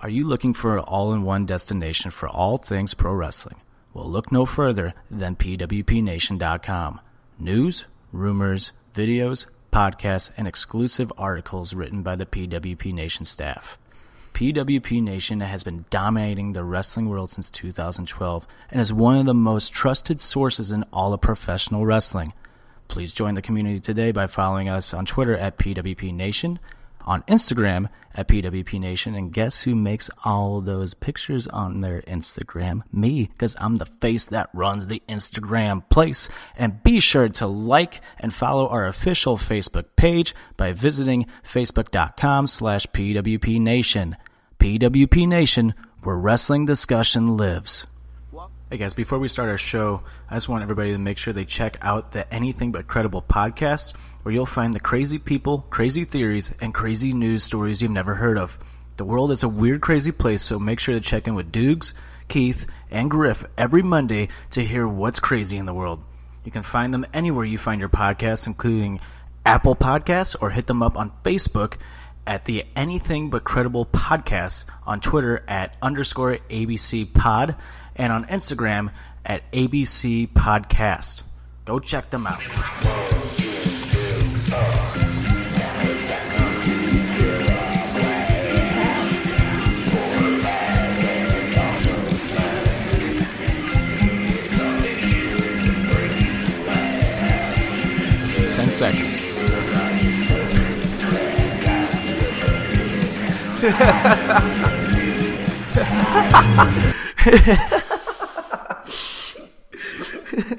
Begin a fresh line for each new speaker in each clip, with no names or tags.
Are you looking for an all in one destination for all things pro wrestling? Well, look no further than PWPNation.com. News, rumors, videos, podcasts, and exclusive articles written by the PWP Nation staff. PWP Nation has been dominating the wrestling world since 2012 and is one of the most trusted sources in all of professional wrestling. Please join the community today by following us on Twitter at PWP Nation, on Instagram at PWP Nation, and guess who makes all those pictures on their Instagram? Me, because I'm the face that runs the Instagram place. And be sure to like and follow our official Facebook page by visiting facebook.com slash PWP Nation. PWP Nation, where wrestling discussion lives. Hey guys, before we start our show, I just want everybody to make sure they check out the Anything But Credible podcast, where you'll find the crazy people, crazy theories, and crazy news stories you've never heard of. The world is a weird, crazy place, so make sure to check in with Dukes, Keith, and Griff every Monday to hear what's crazy in the world. You can find them anywhere you find your podcasts, including Apple Podcasts, or hit them up on Facebook at the Anything But Credible podcast, on Twitter at underscore ABC Pod, and on Instagram at ABC Podcast. Go check them out. Ten seconds.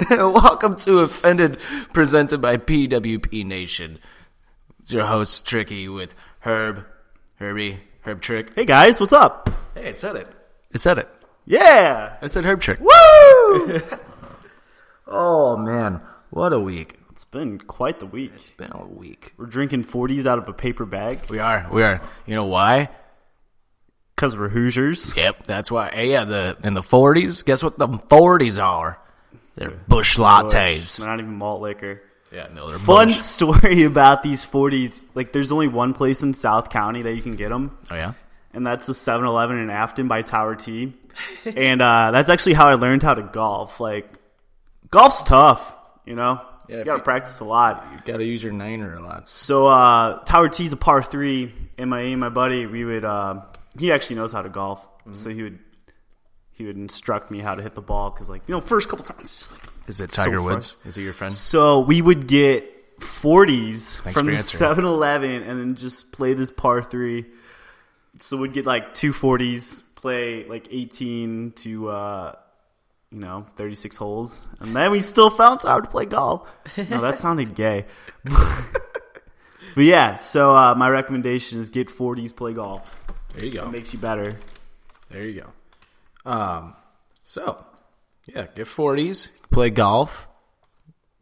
Welcome to Offended, presented by PWP Nation. It's your host, Tricky, with Herb, Herbie, Herb Trick.
Hey guys, what's up?
Hey, I said it. I said it.
Yeah.
I said Herb Trick.
Woo!
Oh, man. What a week. It's
it's been quite the week.
been a week.
We're drinking 40s out of a paper bag
We are. We are. You know why?
because we're Hoosiers.
Yep, that's why. Hey, yeah, the in the 40s. Guess what the 40s are? They're bush lattes.
They're not even malt liquor.
Yeah, no, they're
Fun
bush.
story about these 40s. Like, there's only one place in South County that you can get them,
Oh, yeah?
and that's the 7 Eleven in Afton by Tower T. and uh, that's actually how I learned how to golf. Like, golf's tough, you know?
Yeah,
you
if
gotta
you-
practice a lot.
You gotta use your niner a lot.
So uh, Tower T's a par three, and my and my buddy, we would uh, he actually knows how to golf, so he would he would instruct me how to hit the ball because like you know first couple times it's just like
Is it Tiger
So fun.
Woods? Is he your friend?
so we would get 40s from
for
the
answering.
7-Eleven and then just play this par 3. So we'd get like two 40s, play like 18 to uh you know, 36 holes. And then we still found time to play golf. No, that sounded gay. but yeah, so uh, my recommendation is get 40s, play golf.
There you go.
Makes you better.
There you go. Um, so yeah, get forties, play golf.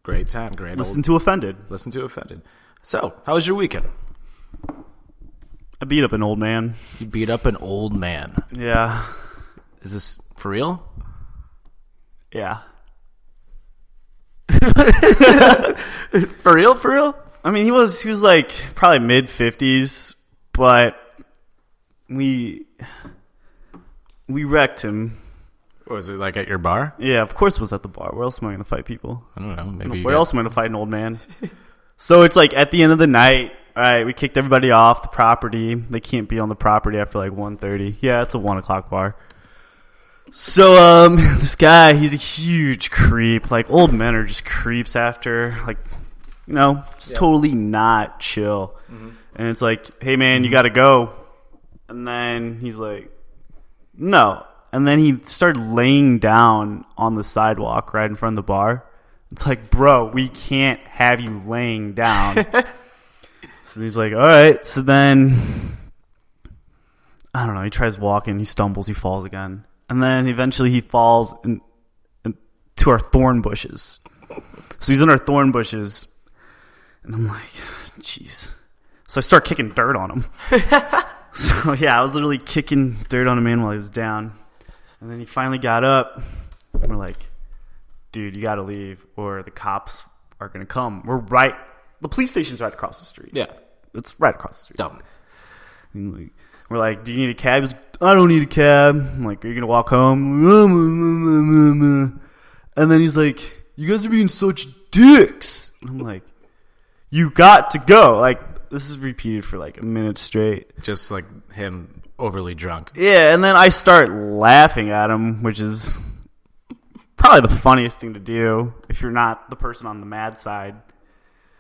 Great time, great
Listen
old
to offended.
listen to offended. So, how was your weekend?
I beat up an old man.
You beat up an old man.
Yeah.
Is this for real?
Yeah.
For real, for real?
I mean, he was he was like probably mid fifties, but we we wrecked him.
Was it like at your bar?
Yeah, of course, it was at the bar. Where else am I going to fight people?
I don't know. Maybe you
Where
got-
else am I going to fight an old man? so it's like at the end of the night. All right, we kicked everybody off the property. They can't be on the property after like 1.30. Yeah, it's a one o'clock bar. So um, this guy, he's a huge creep. Like old men are just creeps after like, you know, just totally not chill. And it's like, hey man, you got to go. And then he's like, no. And then he started laying down on the sidewalk right in front of the bar. It's like, bro, we can't have you laying down. so he's like, all right. So then, I don't know. He tries walking, he stumbles, he falls again. And then eventually he falls in, in, to our thorn bushes. So he's in our thorn bushes. And I'm like, jeez. So I start kicking dirt on him. So yeah, I was literally kicking dirt on a man while he was down, and then he finally got up. And we're like, "Dude, you got to leave, or the cops are gonna come." We're right. The police station's right across the street.
Yeah.
it's right across the street.
Dumb.
And like- We're like, "Do you need a cab?" He's like, I don't need a cab. I'm like, are you gonna walk home? And then he's like, you guys are being such dicks. And I'm like, you got to go. Like this is repeated for like a minute straight.
Just like him overly drunk.
Yeah, and then I start laughing at him, which is probably the funniest thing to do if you're not the person on the mad side.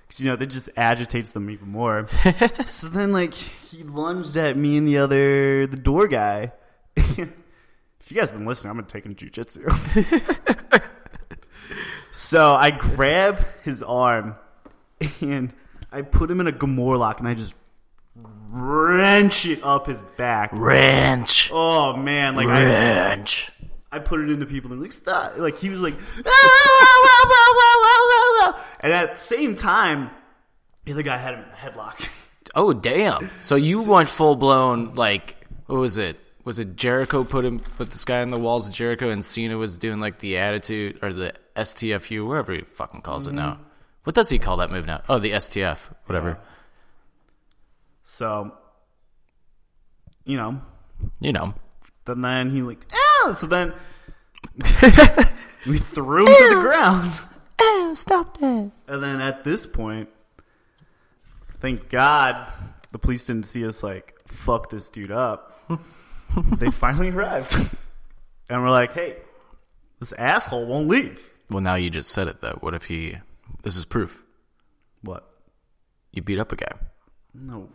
Because, you know, that just agitates them even more. so then, like, he lunged at me and the other, the door guy. if you guys been listening, I'm going to take him jujitsu. so I grab his arm and I put him in a Gamorlock and I just wrench it up his back.
Ranch.
Oh, man. Like, I.
Ranch.
I put it into people and like stop. Like he was like, "Ah, ah, ah, ah, ah, ah, ah." and at the same time, the other guy had him in a headlock.
Oh damn! So you went full blown like what was it? Was it Jericho put him put this guy on the walls of Jericho and Cena was doing like the attitude or the STFU whatever he fucking calls it now. What does he call that move now? Oh, the STF, whatever.
So, you know,
You know.
then then he like ah. So then we threw him to the ground.
stop that.
And then at this point, thank God the police didn't see us like fuck this dude up. they finally arrived, and we're like, hey, this asshole won't leave.
Well, now you just said it though. What if he? This is proof.
What?
You beat up a guy.
No.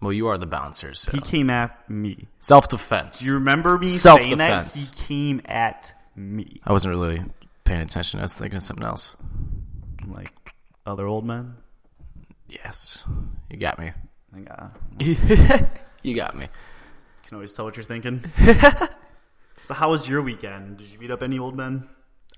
Well, you are the bouncer, so
He came at me.
self defense.
You remember me saying that? He
Self-defense.
came at me.
I wasn't really paying attention. I was thinking of something else.
I'm like, other old men?
Yes, you got me.
Like, uh,
you got me.
can always tell what you're thinking. so, how was your weekend? Did you beat up any old men?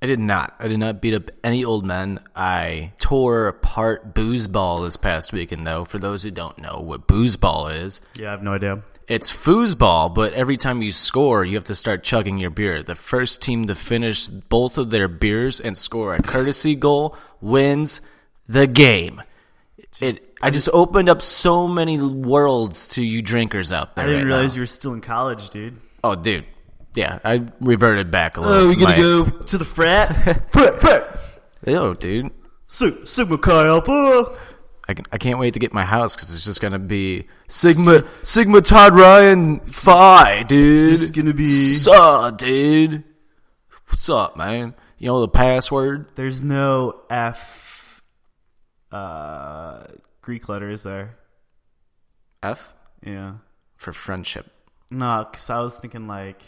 I did not. I did not beat up any old men. I tore apart booze ball this past weekend, though. For those who don't know what booze ball is,
Yeah, I have no idea.
it's foosball, but every time you score, you have to start chugging your beer. The first team to finish both of their beers and score a courtesy goal wins the game. It, I just opened up so many worlds to you drinkers out there.
I didn't
right now.
realize you were still in college, dude.
Oh, dude. Yeah, I reverted back a little. My-
Oh, go to the frat? frat, frat.
Ew, dude.
Sig- Sigma Chi Alpha.
I, can, I can't wait to get my house because it's just gonna be Sigma Sigma Todd Ryan Phi, dude.
It's just gonna be-
Suh, dude. What's up, man? You know the password?
There's no F uh, Greek letters there.
F
Yeah.
for friendship.
No, because I was thinking like,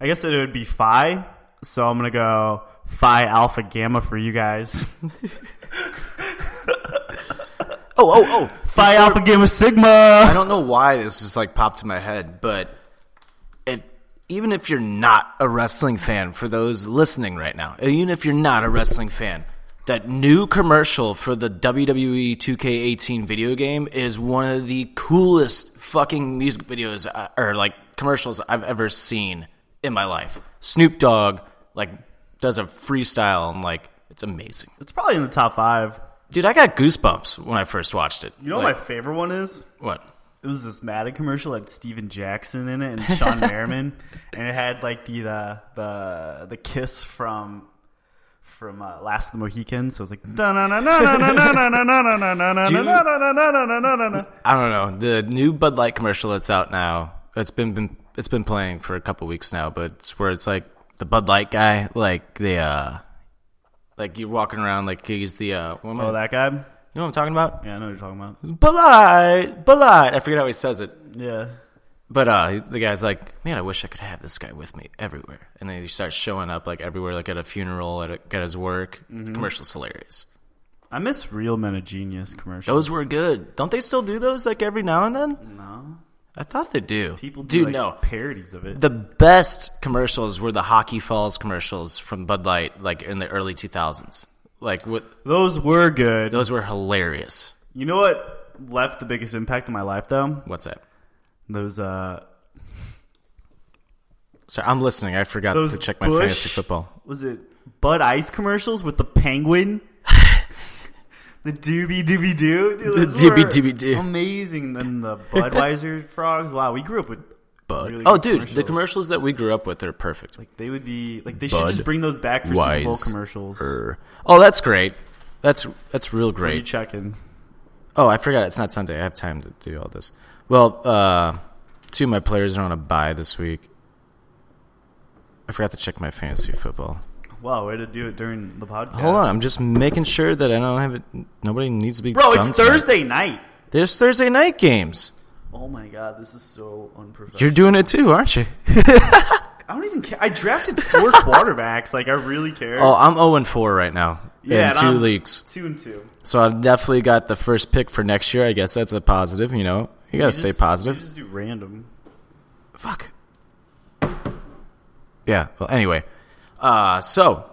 I guess it would be phi. So I'm gonna go phi alpha gamma for you guys.
Oh, oh, oh!
phi alpha gamma
I
sigma.
don't know why this just like popped to my head, but it, even if you're not a wrestling fan, for those listening right now, even if you're not a wrestling fan, that new commercial for the E WWE 2K18 video game is one of the coolest fucking music videos uh, or like commercials I've ever seen in my life. Snoop Dogg like does a freestyle and like it's amazing.
It's probably in the top five.
Dude, I got goosebumps when I first watched it.
You know
like,
what my favorite one is?
what?
It was this Madden commercial had Steven Jackson in it and Sean Merriman, and it had like the the the, the kiss from from uh, Last of the Mohicans. So it was like na na na na na na na na na na na na
you-
na na na.
I don't know. The new Bud Light commercial that's out now. It's been, been it's been playing for a couple weeks now, but it's where it's like the Bud Light guy, like the uh like you're walking around like he's the uh what am I-
Oh, that guy.
you know what I'm talking about?
Yeah, I know what you're talking about.
Bud Light, Bud Light. I forget how he says it.
Yeah.
But uh the guy's like, Man, I wish I could have this guy with me everywhere. And then he starts showing up like everywhere, like at a funeral, at, a, at his work.
Mm-hmm.
The commercial's hilarious.
I miss Real Men of Genius commercials.
Those were good. Don't they still do those like every now and then?
No,
I thought they do.
Mm. people do
Dude,
like,
no.
parodies of it.
the best commercials were the Hockey Falls commercials from Bud Light, like in the early 2000s. Like, what,
Those were good.
those were hilarious.
You know what left the biggest impact in my life though?
What's that?
Those uh,
Sorry, I'm listening. I forgot
Those
to check my
Bush-
fantasy football.
was it Bud Ice commercials with the penguin? The doobie doobie doo. Dude,
The
those were
doobie doobie doo.
Amazing. Then the Budweiser frogs. Wow, we grew up with.
Bud.
Really
oh,
good
dude, the
commercials.
commercials that we grew up with are perfect.
Like they would be like they should just bring those back for Super Bowl
Budweiser.
commercials.
Er, Oh, that's great. That's that's real
You
great.
check in.
Oh, I forgot it's not Sunday. I have time to do all this. Well, uh, two of my players are on a bye this week. I forgot to check my fantasy football.
Wow, way to do it during the podcast.
Hold on, I'm just making sure that I don't have it. Nobody needs to be.
Bro,
dumb
it's
tonight.
Thursday night.
There's Thursday night games.
Oh my god, this is so unprofessional.
You're doing it too, aren't you?
I don't even care. I drafted four quarterbacks. Like I really care.
Oh, I'm 0 4 right now
Yeah,
in
and
2
I'm-
leagues.
Two and two.
So I've definitely got the first pick for next year. I guess that's a positive, you know. You got to
You
stay
just-
positive.
You just do random.
Fuck. Yeah, well, anyway. Uh, so,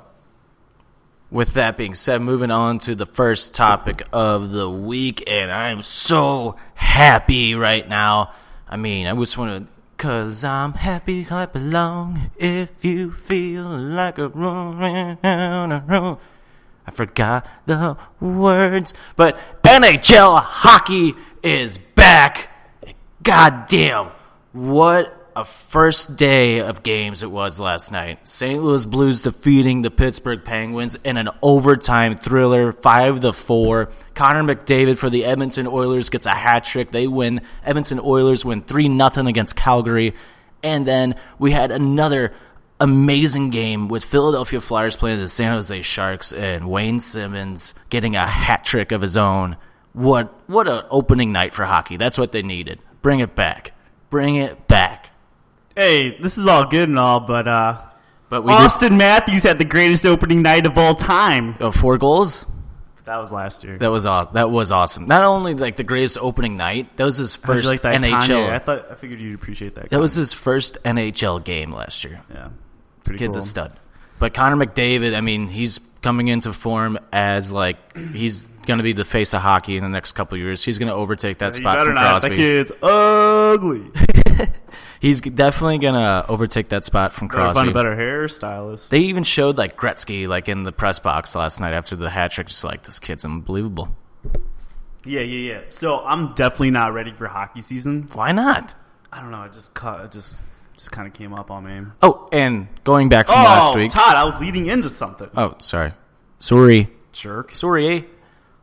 with that being said, moving on to the first topic of the week, and I'm so happy right now. I mean, I just want to. Cause I'm happy, I belong. If you feel like a room, I forgot the words, but NHL hockey is back. God damn, what a first day of games it was last night. St. Louis Blues defeating the Pittsburgh Penguins in an overtime thriller, 5 to 4. Connor McDavid for the Edmonton Oilers gets a hat trick. They win. Edmonton Oilers win 3 0 against Calgary. And then we had another amazing game with Philadelphia Flyers playing the San Jose Sharks and Wayne Simmons getting a hat trick of his own. What what an opening night for hockey. That's what they needed. Bring it back. Bring it back.
Hey, this is all good and all, but uh,
But we did
Austin Matthews had the greatest opening night of all time.
oh, four goals.
That was last year.
That was awesome. That was awesome. Not only like the greatest opening night, that was his
How'd you
first
like that Kanye? I
NHL.
thought I figured you'd appreciate that.
That was his first NHL game last year.
yeah, pretty
Kid's
cool.
a stud. But Connor McDavid, I mean, he's coming into form as like he's going to be the face of hockey in the next couple of years. He's going to overtake that
You
spot
better
from
not. That
Crosby.
kid's ugly.
He's definitely going to overtake that spot from
Better find
Crosby.
a better hairstylist.
They even showed like Gretzky like in the press box last night after the hat trick. Just like this kid's unbelievable.
Yeah, yeah, yeah. So I'm definitely not ready for hockey season.
Why not?
I don't know. It just caught. It just just kind of came up on me.
Oh, and going back from
Oh,
last week.
Todd, I was leading into something.
oh, sorry. Sorry.
Jerk.
Sorry. eh?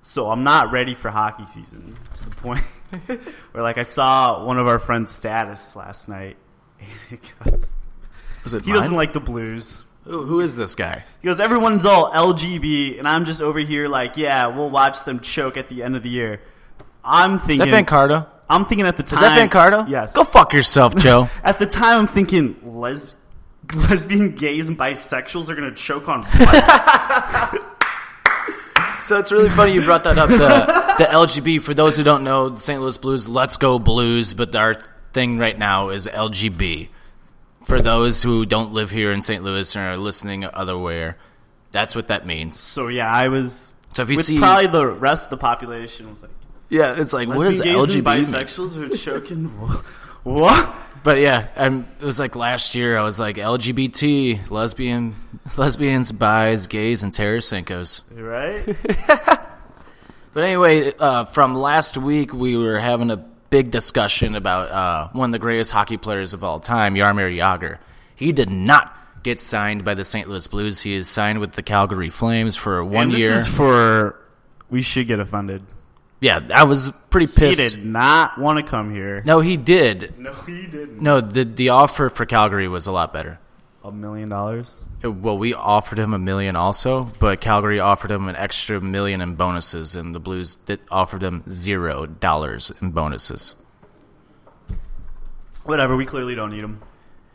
So I'm not ready for hockey season to the point where, like, I saw one of our friends' status last night. And it goes,
Was it
he
mine?
doesn't like the blues.
Who- who is this guy?
He goes, everyone's all LGB, and I'm just over here like, yeah, we'll watch them choke at the end of the year. I'm
Is that
thinking,
Vancardo?
I'm thinking at the time,
Is that Vancardo?
Yes.
Go fuck yourself, Joe.
At the time, I'm thinking les- lesbian, gays, and bisexuals are gonna choke on butts.
So it's really funny you brought that up. The, the LGB, for those who don't know, the St. Louis Blues, let's go Blues, but our thing right now is LGB. For those who don't live here in St. Louis and are listening other where, that's what that means.
so yeah, I was.
So if you
with
see-
probably the rest of the population was like,
Yeah, it's like, what is
Lesbian, gays, and
LGB? mean?
bisexuals are choking. what?
But yeah, i it was like last year, I was like LGBT, lesbian, lesbians, bis, gays, and terrasinkos.
Right?
But anyway, uh, from last week, we were having a big discussion about uh, one of the greatest hockey players of all time, Yarmir Yager. He did not get signed by the St. Louis Blues. He is signed with the Calgary Flames for one
and this
year.
is for we should get offended.
yeah, I was pretty
He
pissed.
did not want to come here.
No, he did.
No, he didn't.
No, the the offer for Calgary was a lot better.
A million dollars.
Uh, Well, we offered him a million also, but Calgary offered him an extra million in bonuses, and the Blues did offered him zero dollars in bonuses.
Whatever. We clearly don't need him.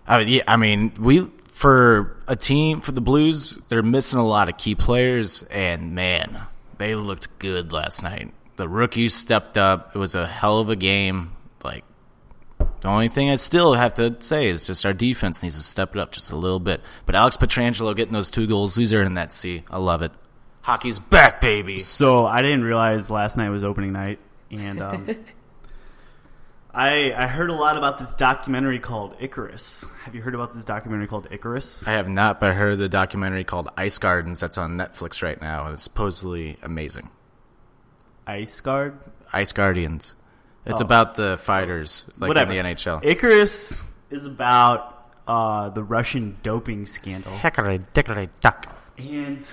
I mean, yeah, I mean, we for a team for the Blues, they're missing a lot of key players, and man, they looked good last night. The rookies stepped up. It was a hell of a game. Like the only thing I still have to say is just our defense needs to step it up just a little bit. But Alex Petrangelo getting those two goals, he's earning that C. I love it. Hockey's back, baby.
So I didn't realize last night was opening night, and um, I I heard a lot about this documentary called Icarus. Have you heard about this documentary called Icarus?
I have not, but I heard the documentary called Ice Gardens that's on Netflix right now, and it's supposedly amazing.
Ice Guard.
Ice Guardians. It's
Oh.
about the fighters, like
Whatever.
in the NHL.
Icarus is about uh, the Russian doping scandal.
Hickory dickory duck.
And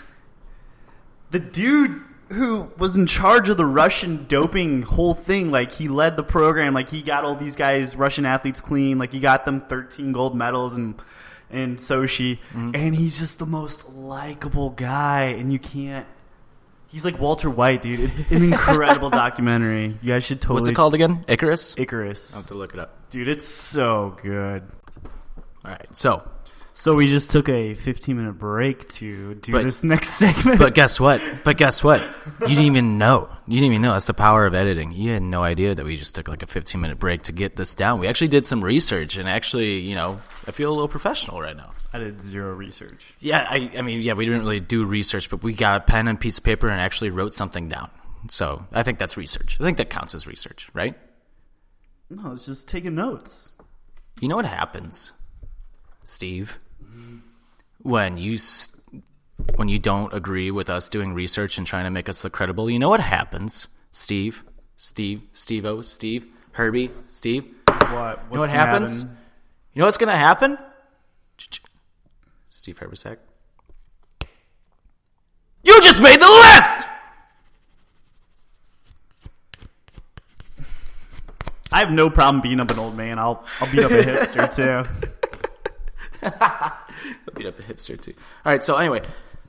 the dude who was in charge of the Russian doping whole thing, like he led the program, like he got all these guys, Russian athletes clean, like he got them 13 gold medals and and Sochi,
Mm-hmm.
and he's just the most likable guy, and you can't. He's like Walter White, dude. It's an incredible documentary. You guys should totally.
What's it called Oh, again? Icarus?
Icarus.
I'll have to look it up.
Dude, it's so good.
All right. So,
So we just took a 15 minute break to do
But-
this next segment.
but guess what? But guess what? You didn't even know. You didn't even know. That's the power of editing. You had no idea that we just took like a 15 minute break to get this down. We actually did some research and actually, you know, I feel a little professional right now.
I did zero research.
Yeah, I, I mean, yeah, we didn't really do research, but we got a pen and piece of paper and actually wrote something down. So I think that's research. I think that counts as research, right?
No, it's just taking notes.
You know what happens, Steve, when you s- when you don't agree with us doing research and trying to make us look credible. You know what happens, Steve, Steve, Steve O, Steve, Herbie, Steve. You
What? What's
know what
gonna
happens?
happen?
You know what's gonna happen? Ch-ch- Steve Herbisack. You just made the list.
I have no problem beating up an old man. I'll I'll beat up a hipster too.
beat up a hipster too. All right, so anyway,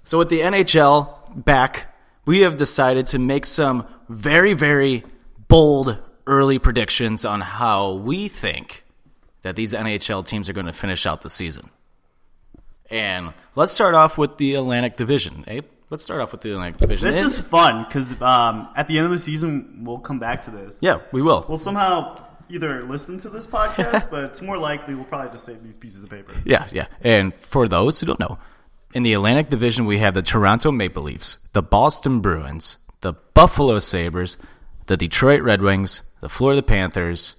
so with the NHL back, we have decided to make some very, very bold early predictions on how we think that these NHL teams are going to finish out the season. And let's start off with the Atlantic Division, eh? Let's start off with the Atlantic Division.
This
And-
is fun because um, at the end of the season we'll come back to this.
yeah, we will.
We'll somehow either listen to this podcast, but it's more likely we'll probably just save these pieces of paper.
Yeah, yeah. And for those who don't know, in the Atlantic Division, we have the Toronto Maple Leafs, the Boston Bruins, the Buffalo Sabres, the Detroit Red Wings, the Florida Panthers,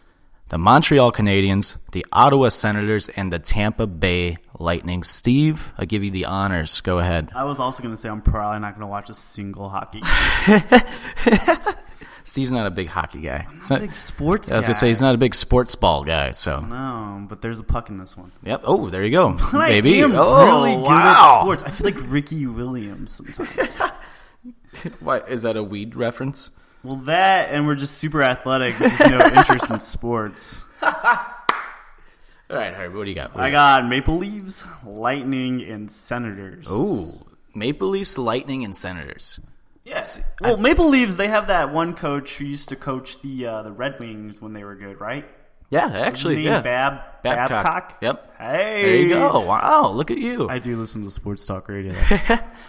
the Montreal Canadiens, the Ottawa Senators, and the Tampa Bay Lightning. Steve, I give you the honors. Go ahead.
I was also gonna say I'm probably not gonna watch a single hockey.
Steve's not a big hockey guy. He's not-
Big sports.
I was
guy.
going to say, he's not a big sports ball guy. So,
No, but there's a puck in this one.
yep. Oh, there you go.
I
Baby.
am
oh,
really good
wow.
at sports. I feel like Ricky Williams sometimes.
Why, is that a weed reference?
well, that and we're just super athletic, but just no interest in sports.
All right, Harry, what do you got? What do
I
you
got Maple Leaves, Lightning, and Senators.
Ooh, Maple Leafs, Lightning, and Senators.
yes. Well, Maple Leaves they have that one coach who used to coach the uh, the Red Wings when they were good, right?
Yeah,
What's his
actually,
name?
yeah.
Bab
Babcock.
Babcock.
Yep.
Hey,
There you go. Wow, look at you.
I do listen to sports talk radio.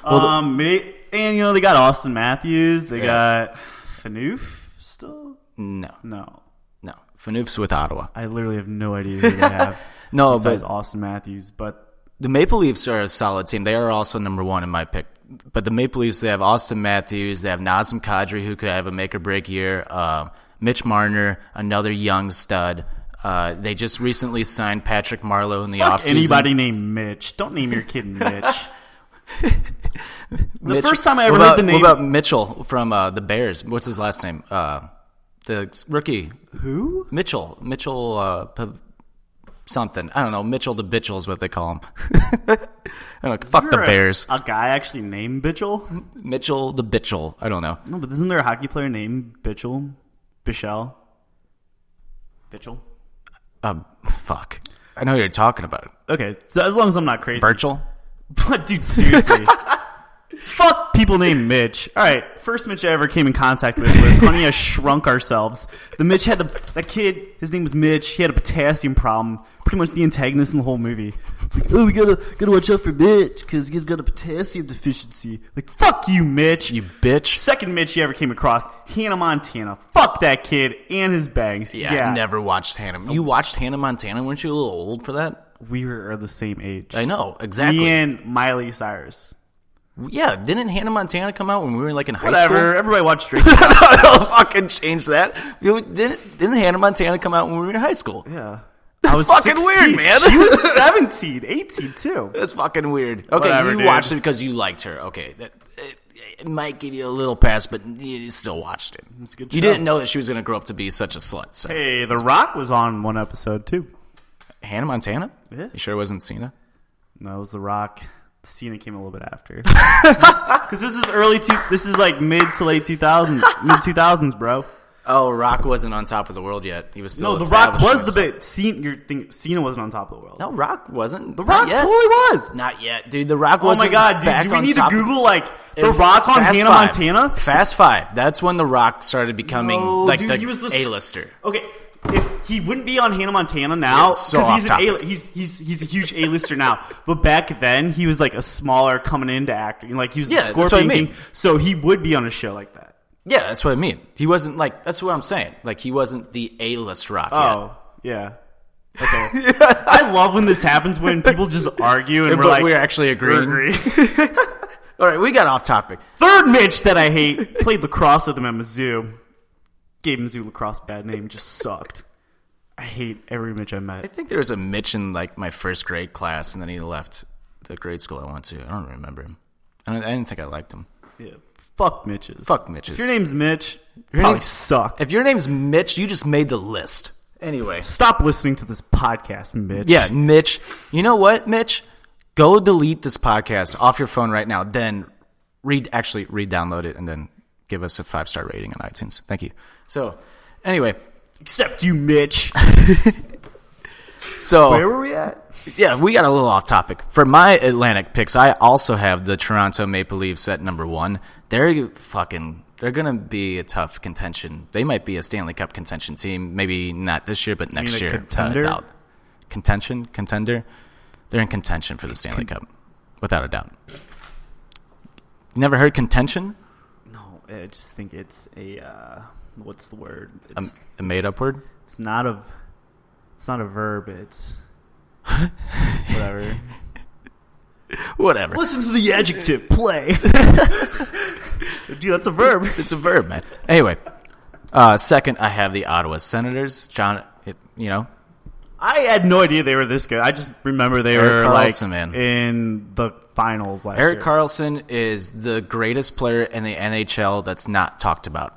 Well, the-
um, ma- and you know they got Austin Matthews. They
Yeah.
got Fanoof still.
no,
No,
no. Fanoof's with Ottawa.
I literally have no idea who they have
No,
besides
but
Austin Matthews. But
the Maple Leafs are a solid team. They are also number one in my pick. But the Maple Leafs, they have Austin Matthews, they have Nazem Kadri, who could have a make or break year. Um, Mitch Marner, another young stud. Uh, they just recently signed Patrick Marlowe in the
fuck
offseason.
anybody named Mitch, don't name your kid Mitch.
Mitch-
first time I ever
what
heard
about-
the name-
What about Mitchell from uh, the Bears? What's his last name? Uh, the rookie
who?
Mitchell, Mitchell, uh, P- something. I don't know. Mitchell the Bitchell is what they call him. I don't know. Fuck the
You're a-
Bears.
A, guy actually named Bitchel?
Mitchell the Bitchell. I don't know.
No, but isn't there a hockey player named Bitchel? Bichelle? Bitchel?
Um, fuck. I know what you're talking about.
Okay, so as long as I'm not crazy.
Birchall.
But dude, seriously. Fuck people named Mitch. All right, first Mitch I ever came in contact with was Honey I Shrunk Ourselves. The Mitch had the that kid. His name was Mitch. He had a potassium problem. Pretty much the antagonist in the whole movie. It's like, oh, we gotta gotta watch out for Mitch because he's got a potassium deficiency. Like, fuck you, Mitch.
You bitch.
Second Mitch you ever came across, Hannah Montana. Fuck that kid and his bangs.
Yeah, I never watched Hannah. You watched Hannah Montana? Weren't you a little old for that?
We were the same age.
I know exactly.
Me and Miley Cyrus.
Yeah, didn't Hannah Montana come out when we were like in high
Whatever.
school?
Everybody watched Drake.
I don't fucking change that. You- Didn't didn't Hannah Montana come out when we were in high school?
Yeah.
That's fucking weird, man.
She was 17, 18 too.
That's fucking weird. Okay,
Whatever,
you
dude.
watched it because you liked her. Okay, that it, it might give you a little pass, but you still watched it.
It's a good
You
show.
didn't know that she was going to grow up to be such a slut. So.
Hey, The Rock was on one episode too.
Hannah Montana?
Yeah.
You sure it wasn't Cena?
No, it was The Rock. Cena came a little bit after, because this is early two. This is like mid to late two thousand, mid two thousands, bro.
Oh, Rock wasn't on top of the world yet. He was still.
No, The Rock
establishing
was the big. Cena, you're think, Cena wasn't on top of the world.
No, Rock wasn't.
The Rock
yet.
totally was.
Not yet, dude. The Rock
Oh my
wasn't.
god, dude!
back
Do we
on
need to
top of-
Google like The
And
Rock on
Fast
Hannah
Five.
Montana?
Fast Five. That's when The Rock started becoming
No,
like
dude,
the
he was the s-
A-lister.
Okay, if he wouldn't be on Hannah Montana now
It's so
he's
off
an
topic.
A, he's he's he's a huge A lister now. But back then, he was like a smaller coming into acting. Like he was
Yeah,
the
that's
Scorpion
what I mean.
King, so he would be on a show like that.
Yeah, that's what I mean. He wasn't like. That's what I'm saying. Like he wasn't the A-list Rock. yet.
Oh yeah. Okay. I love when this happens when people just argue and we're
but
like
we're actually agreeing.
"We're agreeing."
All right, we got off topic.
Third Mitch that I hate played lacrosse with him at Mizzou. Gave Mizzou lacrosse a bad name. Just sucked. I hate every Mitch I met.
I think there was a Mitch in like my first grade class, and then he left the grade school I went to. I don't remember him. I, don't, I didn't think I liked him.
Yeah. Fuck Mitches.
Fuck Mitches.
If your name's Mitch,
Your
your probably
name's-
suck.
If your name's Mitch, you just made the list. Anyway.
Stop listening to this podcast, Mitch.
Yeah, Mitch. You know what, Mitch? Go delete this podcast off your phone right now. Then read, actually, re-download it, and then give us a five star rating on iTunes. Thank you. So, anyway,
Except you, Mitch. Where
so
were we at?
yeah, we got a little off topic. For my Atlantic picks, I also have the Toronto Maple Leafs at number one. They're fucking. They're gonna be a tough contention. They might be a Stanley Cup contention team. Maybe not this year, but next
mean a
year. without
contender?
a doubt. Contention, contender. They're in contention for the Stanley Cup, without a doubt. You never heard contention?
No, I just think it's a uh, what's the word?
A,
It's,
a made-up word.
it's not a it's not a verb. It's whatever.
Whatever.
Listen to the adjective play. Dude, that's a verb.
it's a verb, man. Anyway, uh, second, I have the Ottawa Senators. John, it, you know,
I had no idea they were this good. I just remember they
Eric
were
Carlson,
like
man.
in the finals last
Eric
year.
Carlson is the greatest player in the NHL that's not talked about.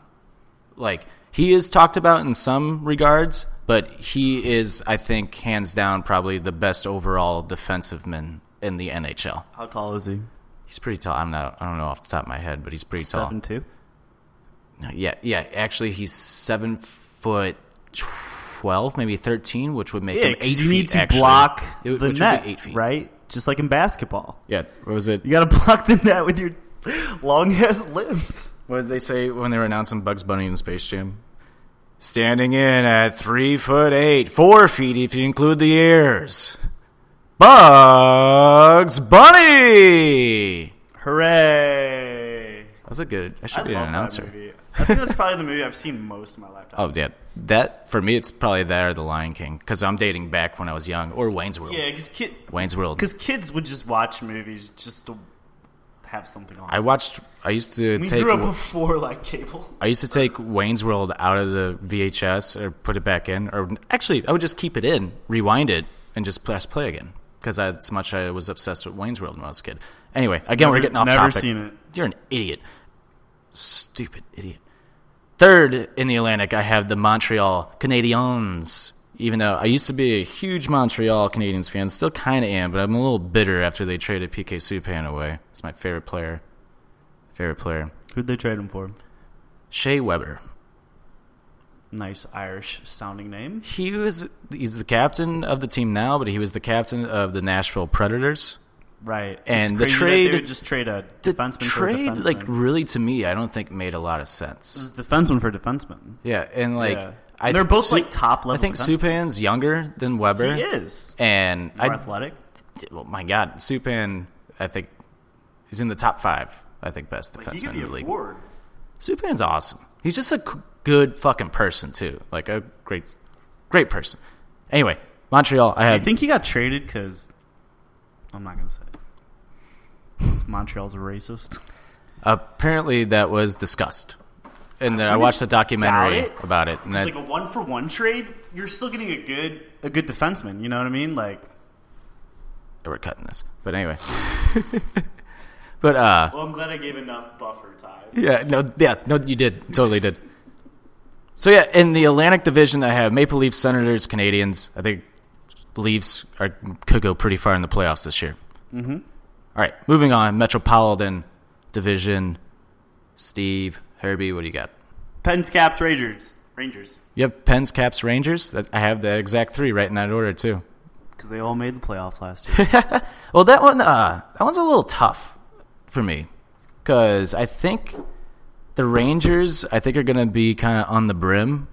Like he is talked about in some regards, but he is, I think, hands down, probably the best overall defensiveman in the NHL.
How tall is he?
He's pretty tall. I'm not. I don't know off the top of my head, but he's pretty
Seven
tall.
two.
No, Yeah, yeah. Actually, he's seven foot twelve, maybe thirteen, which would make
Yeah,
him
'cause
eight
you
feet.
need to
actually.
block
It would-
the
which would be
net,
eight feet.
right? Just like in basketball,
Yeah. What was it?
you got to block the net with your long ass limbs.
What did they say when they were announcing Bugs Bunny in Space Jam? Standing in at three foot eight, four feet if you include the ears. Bugs Bunny.
Hooray!
That was a good. I
I
should be an
love
announcer.
that movie. I think that's probably the movie I've seen most in my lifetime.
Oh, yeah. That for me, it's probably that or The Lion King because I'm dating back when I was young or Wayne's World.
Yeah, because kid,
Wayne's World.
'cause kids would just watch movies just to have something on.
I watched. I used to
we
take.
grew up before like cable.
I used to take Wayne's World out of the VHS or put it back in, or actually, I would just keep it in, rewind it, and just press play again because that's much I was obsessed with Wayne's World when I was a kid. Anyway, again, we're
Never-
getting off
never
topic.
seen it.
You're an idiot, stupid idiot. Third in the Atlantic, I have the Montreal Canadiens. Even though I used to be a huge Montreal Canadiens fan, still kind of am, but I'm a little bitter after they traded PK Subban away. It's my favorite player. Favorite player,
Who'd they trade him for?
Shea Weber.
Nice Irish sounding name.
he was he's the captain of the team now, but he was the captain of the Nashville Predators.
Right.
And
It's
the
crazy that
trade-
they would just trade a
The
defenseman
trade,
for a defenseman.
like,
it
really to me, I don't think made a lot of sense.
was defenseman for defenseman.
Yeah, and like
Yeah.
I
They're
think
both,
Su-
like, top
I
level
think
defensemen.
Supan's younger than Weber.
He is
and
more
I,
athletic.
well, my God, Supan, I think he's in the top five. I think best
He
defenseman
could be
in the
a
league.
forward.
Subban's awesome. He's just a c- good fucking person too, like a great, great person. Anyway, Montreal, I
Do you
have
think he got traded because I'm not gonna say. it. 'Cause Montreal's racist.
Apparently, that was discussed, and then I
wouldn't
watched a documentary
doubt it.
about it. And
It's
that,
like a one for one trade. You're still getting a good a good defenseman. You know what I mean? Like
we're cutting this, but anyway. But uh,
Well, I'm glad I gave enough buffer time.
yeah, no, yeah, no, you did totally did. So yeah, in the Atlantic Division, I have Maple Leafs, Senators, Canadians. I think Leafs are could go pretty far in the playoffs this year. Mm-hmm. right, moving on. Metropolitan Division. Steve Herbie, what do you got?
Pens, Caps, Rangers, Rangers,
You have Pens, Caps, Rangers. That- I have the exact three right in that order too.
because they all made the playoffs last year.
Well, that one, uh, that one's a little tough for me because I think the Rangers, I think, are going to be kind of on the brim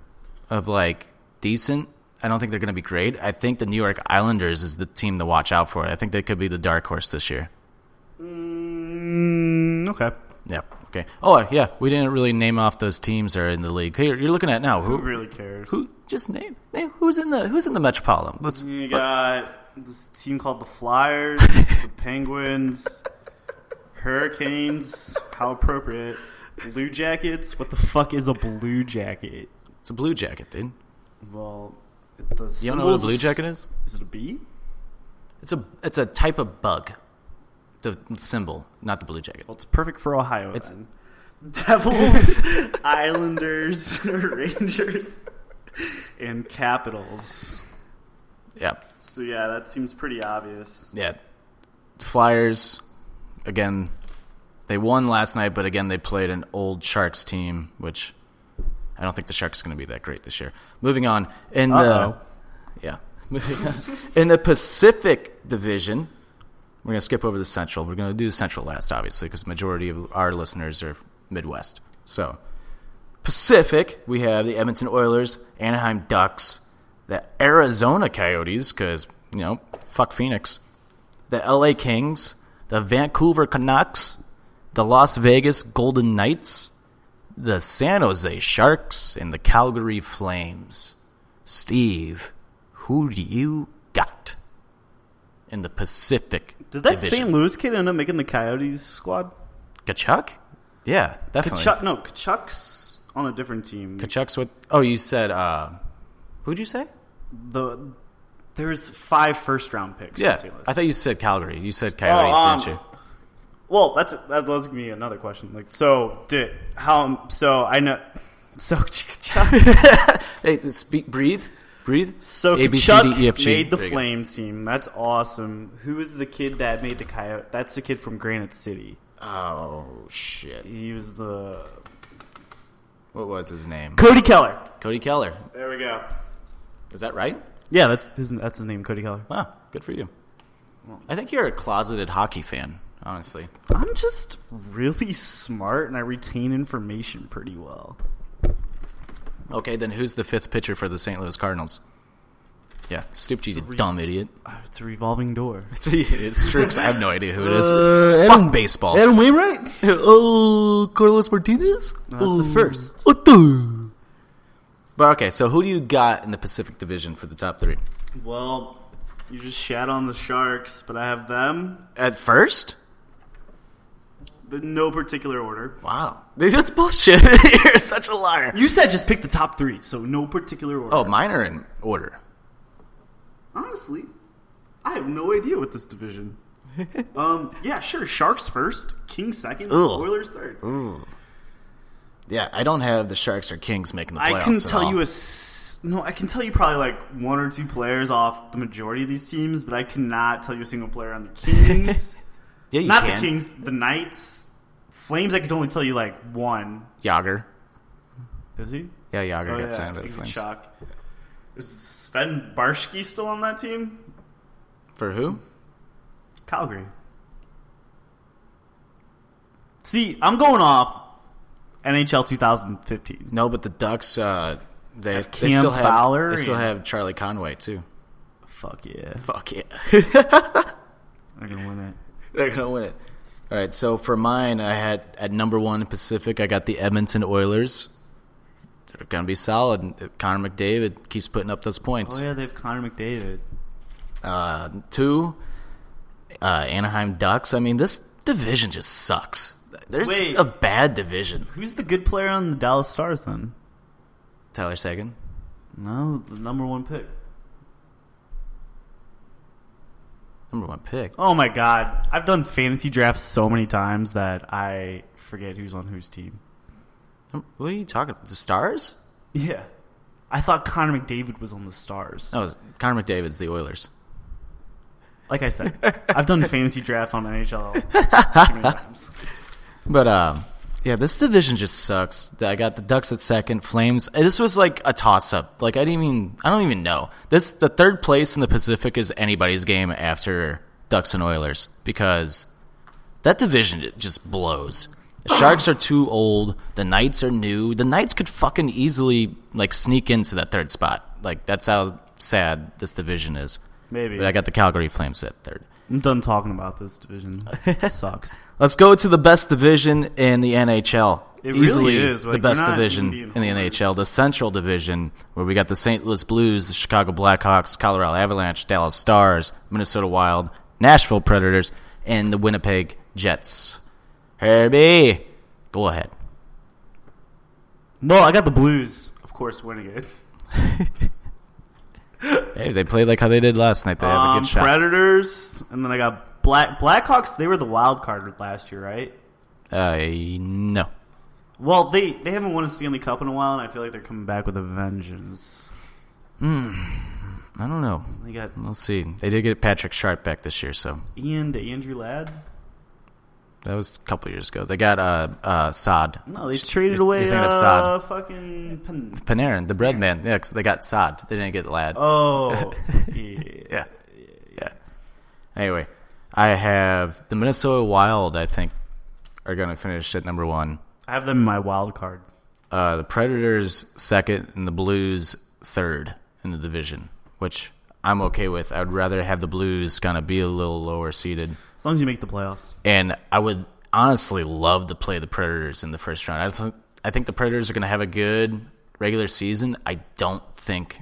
of like decent. I don't think they're going to be great. I think the New York Islanders is the team to watch out for. I think they could be the dark horse this year.
mm, okay.
Yep. Okay. Oh yeah, we didn't really name off those teams that are in the league. Here, you're looking at now.
Who
Who?
really cares?
Who? Just name. name who's in the Who's in the Metropolitan? Let's.
You got this team called the Flyers, the Penguins, Hurricanes. How appropriate. Blue Jackets. What the fuck is a blue jacket?
It's a Blue Jacket, dude.
Well, the
You don't know what a Blue Jacket is?
Is it a bee?
It's a it's a type of bug. The symbol, not the blue jacket.
Well, it's perfect for Ohio.
It's-
then. Devils, Islanders, Rangers, and Capitals.
Yeah,
So yeah, that seems pretty obvious.
yeah. Flyers, again, they won last night, but again they played an old Sharks team, which I don't think the Sharks going to be that great this year. Moving on, in
Uh-oh.
the yeah, Moving on. in the Pacific Division, we're going to skip over the Central. We're going to do the Central last, obviously, because majority of our listeners are Midwest. So Pacific, we have the Edmonton Oilers, Anaheim Ducks, the Arizona Coyotes, because, you know, fuck Phoenix, the LA Kings, the Vancouver Canucks, the Las Vegas Golden Knights, the San Jose Sharks, and the Calgary Flames. Steve, who do you got in the Pacific?
Did that
division?
St. Louis kid end up making the Coyotes squad?
Kachuk? Yeah, definitely.
Kachuk, no, Kachuk's on a different team.
Kachuk's what? Oh, you said, uh, who'd you say?
The there's five first round picks. from
Yeah,
St. Louis.
I thought you said Calgary. You said Coyotes,
um,
didn't you?
well, that's that, that's gonna be another question. Like, so did how? So I know. So Kachuk,
Hey, speak, breathe, breathe.
so
A, B, C,
Kachuk
D, E, F, G.
made the
There you go.
Flames team. That's awesome. Who is the kid that made the Coyote? That's the kid from Granite City.
Oh shit!
He was the
What was his name?
Cody Keller.
Cody Keller.
There we go.
Is that right?
Yeah, that's his, that's his name, Cody Keller.
Wow, good for you. I think you're a closeted hockey fan, honestly.
I'm just really smart and I retain information pretty well.
Okay, then who's the fifth pitcher for the St. Louis Cardinals? Yeah, Stoop G's a
re-
dumb idiot.
Oh, It's a revolving door.
It's, it's true 'cause I have no idea who it is.
Uh,
Fuck
Adam-
baseball.
Adam Wainwright?
Oh, Carlos Martinez. Uh,
That's the first.
What the? But okay, so who do you got in the Pacific Division for the top three?
Well, you just shat on the Sharks, but I have them
At first?
in no particular order.
Wow, that's bullshit. You're such a liar.
You said just pick the top three, so no particular order.
Oh, mine are in order.
Honestly, I have no idea with this division. um, yeah, sure. Sharks first, Kings second,
Ugh.
Oilers third.
Yeah, I don't have the Sharks or Kings making the playoffs.
I can
at
tell
all.
you a s- no. I can tell you probably like one or two players off the majority of these teams, but I cannot tell you a single player on the Kings.
yeah, you
Not
can.
the Kings, the Knights, Flames. I could only tell you like one.
Yager.
Is he?
Yeah, Yager
Oh,
got
yeah,
signed by the
he's in
Flames.
shock. Is Sven Barsky still on that team?
For who?
Calgary. See, I'm going off NHL 2015.
No, but the Ducks. Uh, they,
Have
they
Cam
still have
Fowler
they still
and-
have Charlie Conway too.
Fuck yeah,
Fuck yeah,
they're gonna win it.
they're gonna win it. All right, so for mine, I had at number one Pacific, I got the Edmonton Oilers. They're gonna be solid. Connor McDavid keeps putting up those points.
Oh yeah, they have Connor McDavid.
uh, two uh, Anaheim Ducks. I mean, this division just sucks. There's
Wait.
a bad division.
Who's the good player on the Dallas Stars then?
Tyler Sagan.
No, the number one pick.
Number one pick.
Oh my god, I've done fantasy drafts so many times that I forget who's on whose team.
Um, What are you talking? The Stars?
Yeah, I thought Connor McDavid was on the Stars.
No, it's Connor McDavid's the Oilers.
Like I said, I've done fantasy draft on NHL too many times.
But um, yeah, this division just sucks. I got the Ducks at second, Flames. This was like a toss up. Like I didn't even I don't even know. This the third place in the Pacific is anybody's game after Ducks and Oilers because that division it just blows. The Sharks are too old. The Knights are new. The Knights could fucking easily like sneak into that third spot. Like that's how sad this division is.
Maybe
But I got the Calgary Flames at third.
I'm done talking about this division. It sucks.
Let's go to the best division in the NHL.
It really
Easily
is, like,
the best
we're not
division
even
in
being
the
honest.
NHL, the Central Division, where we got the St. Louis Blues, the Chicago Blackhawks, Colorado Avalanche, Dallas Stars, Minnesota Wild, Nashville Predators, and the Winnipeg Jets. Herbie, go ahead.
Well, I got the Blues, of course, winning it.
Hey, they played like how they did last night. They have a
Um,
good shot.
Predators, and then I got Black Blackhawks. They were the wild card last year, right?
uh, no.
Well, they they haven't won a Stanley Cup in a while, and I feel like they're coming back with a vengeance.
I don't know.
They got
We'll see. They did get Patrick Sharp back this year, so
Ian to Andrew Ladd.
that was a couple years ago. They got uh, uh, Sod.
No, they
He's-
traded
he's
away
thinking
uh,
of Saad.
fucking. Pen-
Panarin, the bread man. Yeah, 'cause they got sod. They didn't get lad.
oh, yeah.
yeah. Yeah. Anyway, I have the Minnesota Wild, I think, are going to finish at number one.
I have them in my wild card.
Uh, the Predators, second, and the Blues, third in the division, which I'm okay with. I'd rather have the Blues kind of be a little lower seeded.
As long as you make the playoffs.
And I would honestly love to play the Predators in the first round. I think I think the Predators are going to have a good regular season. I don't think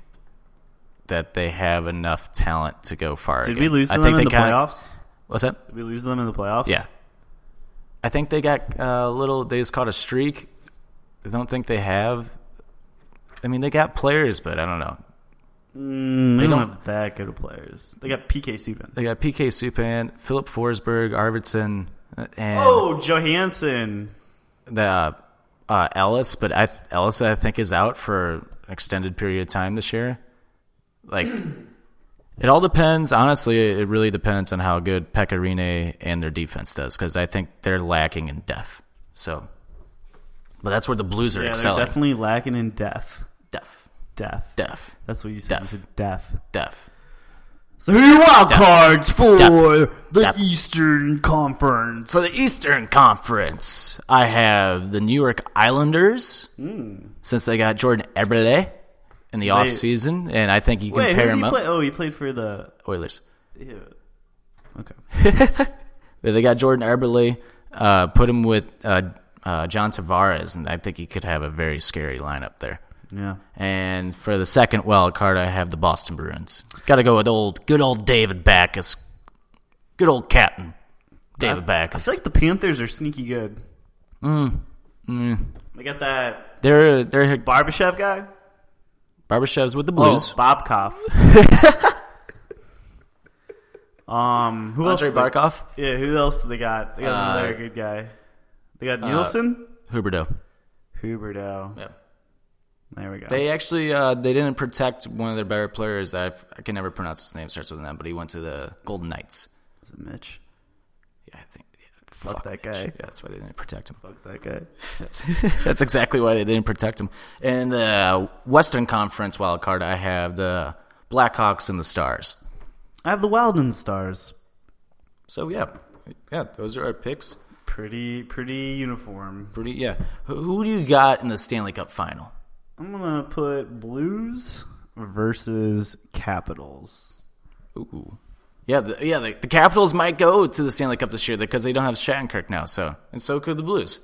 that they have enough talent to go far.
Did
again.
we lose to
I
them in the
kinda-
playoffs?
What's that?
Did we lose to them in the playoffs?
Yeah, I think they got a little. They just caught a streak. I don't think they have. I mean, they got players, but I don't know.
Mm, they,
They
don't,
don't-
have that good of players. They got PK Subban.
They got PK Subban, Philip Forsberg, Arvidsson, uh, and
Oh, Johansson.
the uh, uh, Ellis, but I, Ellis I think is out for an extended period of time this year. Like, it all depends. Honestly, it really depends on how good Pecorine and their defense does, because I think they're lacking in depth. So, but that's where the Blues are
Yeah, they're
excelling.
definitely lacking in depth.
def,
Depth.
def,
That's what you said.
Depth.
You said depth.
def.
So who are your wild cards for
Depth.
the
Depth.
Eastern Conference?
For the Eastern Conference, I have the New York Islanders,
Hmm.
since they got Jordan Eberle in the off offseason, and I think you can
Wait, who
pair
did
him
he
up.
play? Oh, he played for the.
Oilers.
Ew. Okay.
But they got Jordan Eberle, uh, put him with uh, uh, John Tavares, and I think he could have a very scary lineup there.
Yeah.
And for the second wild card, I have the Boston Bruins. Got to go with old, good old David Backus, good old captain David
I
Backus.
feel like the Panthers are sneaky good. Mm.
Mm.
They got that
they're they're
Barbashev guy.
Barbashev's with the
Oh,
Blues.
Bobkov. um, who else?
Andre
did they-
Barkov,
Yeah, who else do they got? They got
Uh,
another good guy. They got Nielsen,
Huberdeau.
Huberto.
Yeah.
There we go.
They actually uh, they didn't protect one of their better players. i I can never pronounce his name. Starts with an M, but he went to the Golden Knights.
Is it Mitch.
Yeah, I think. Yeah,
Fuck, that guy.
yeah, that's why they didn't protect him.
Fuck that guy.
That's, that's exactly why they didn't protect him. And the Western Conference wild card, I have the Blackhawks and the Stars.
I have the Wild and the Stars.
So yeah, yeah, those are our picks.
Pretty, pretty uniform.
Pretty yeah. Who, who do you got in the Stanley Cup final?
I'm gonna put Blues versus Capitals.
Ooh. Yeah, the, yeah. The, the Capitals might go to the Stanley Cup this year because they don't have Shattenkirk now. So and so could the Blues.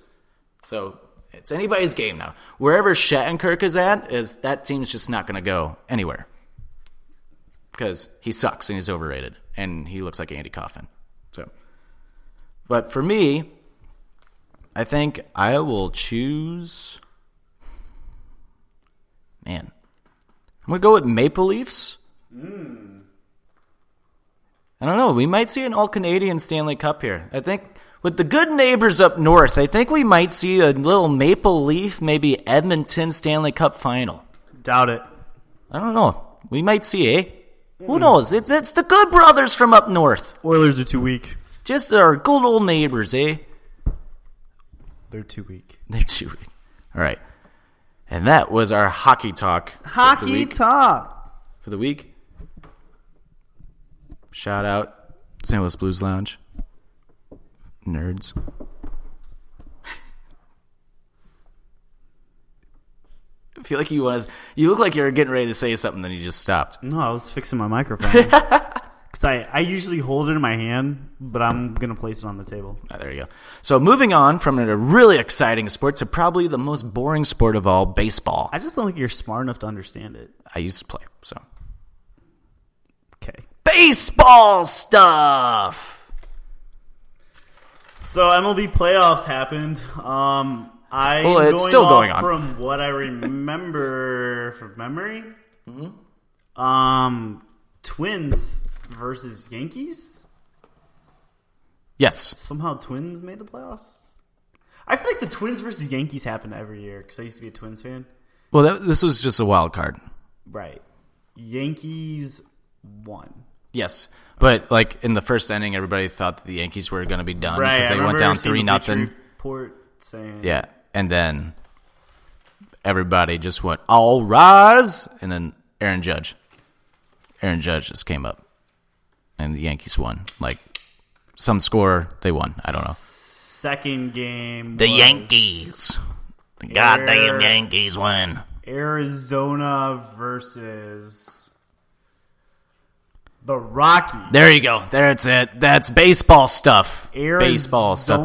So it's anybody's game now. Wherever Shattenkirk is at, is that team's just not going to go anywhere because he sucks and he's overrated and he looks like Andy Coffin. So, but for me, I think I will choose. Man, I'm gonna go with Maple Leafs. I don't know. We might see an all Canadian Stanley Cup here. I think with the good neighbors up north, I think we might see a little Maple Leaf, maybe Edmonton Stanley Cup final.
Doubt it.
I don't know. We might see, eh? Who knows? It's, it's the good brothers from up north.
Oilers are too weak.
Just our good old neighbors, eh?
They're too weak.
They're too weak. All right. And that was our hockey talk
Hockey talk.
for the week. Shout out St. Louis Blues Lounge. Nerds. I feel like you was you look like you were getting ready to say something, then you just stopped.
No, I was fixing my microphone. Cause I, I usually hold it in my hand, but I'm gonna place it on the table.
Ah, there you go. So moving on from a really exciting sport to probably the most boring sport of all, baseball.
I just don't think you're smart enough to understand it.
I used to play, so
Okay.
baseball stuff.
So MLB playoffs happened. Um, I
Well, it's still going on.
from what I remember from memory.
Mm-hmm.
Um, Twins versus Yankees.
Yes.
Somehow Twins made the playoffs. I feel like the Twins versus Yankees happen every year because I used to be a Twins fan.
Well, that, this was just a wild card.
Right. Yankees won.
Yes, but like in the first inning, everybody thought that the Yankees were going to be done
Right.
because
I
they went
remember
down
seeing
three
the picture
nothing.
Report saying
Yeah, and then everybody just went all rise, and then Aaron Judge, Aaron Judge just came up, and the Yankees won. Like some score, they won. I don't know.
second game
The
was
Yankees, the goddamn
Error.
Yankees win.
Arizona versus the Rockies.
There you go. There it's it. That's baseball stuff.
Arizona
Baseball stuff.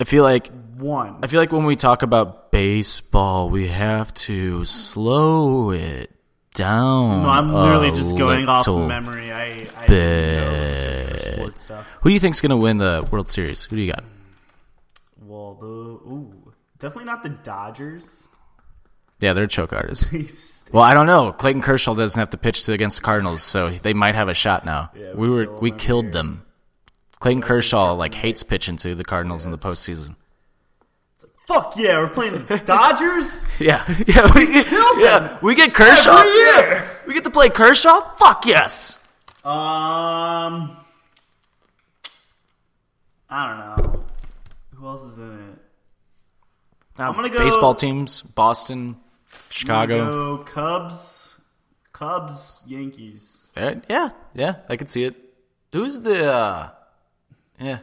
I feel like
won.
I feel like when we talk about baseball, we have to slow it down.
No, I'm literally
a
just going off
little.
of memory. I, I didn't know this was for sports stuff.
Who do you think's going to win the World Series? Who do you got?
Well, the ooh, definitely not the Dodgers.
Yeah, they're choke artists.
They st-
Well, I don't know. Clayton Kershaw doesn't have to pitch to against the Cardinals, so they might have a shot now.
Yeah,
we were
we killed
we
them
killed
here.
them. Clayton Kershaw like hates pitching to the Cardinals in the postseason.
Fuck yeah, we're playing the Dodgers.
Yeah, yeah, we,
killed
yeah,
them
we get Kershaw.
every
Yeah.
year.
we get to play Kershaw. Fuck yes.
Um, I don't know. Who else is in it?
I'm
gonna go-
Um, baseball teams: Boston,
I'm
Chicago.
gonna go Cubs, Cubs, Yankees.
Eh, yeah, yeah, I could see it. Who's the? Uh, yeah,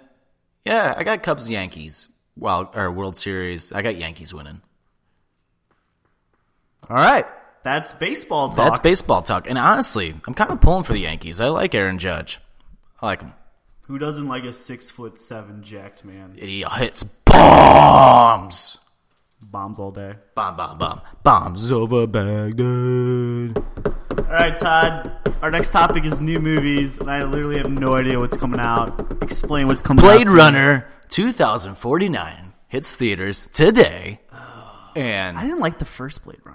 yeah, I got Cubs, Yankees, Wild or World Series. I got Yankees winning. All right,
That's baseball talk.
that's baseball talk. And honestly, I'm kind of pulling for the Yankees. I like Aaron Judge. I like him.
Who doesn't like a six foot seven jacked man?
He hits bombs.
Bombs all day.
Bomb, bomb, bomb. Bombs over Baghdad.
All right, Todd. Our next topic is new movies, and I literally have no idea what's coming out. Explain what's coming out.
Blade
to me.
Runner 2049 hits theaters today.
I
And
didn't like the first Blade Runner.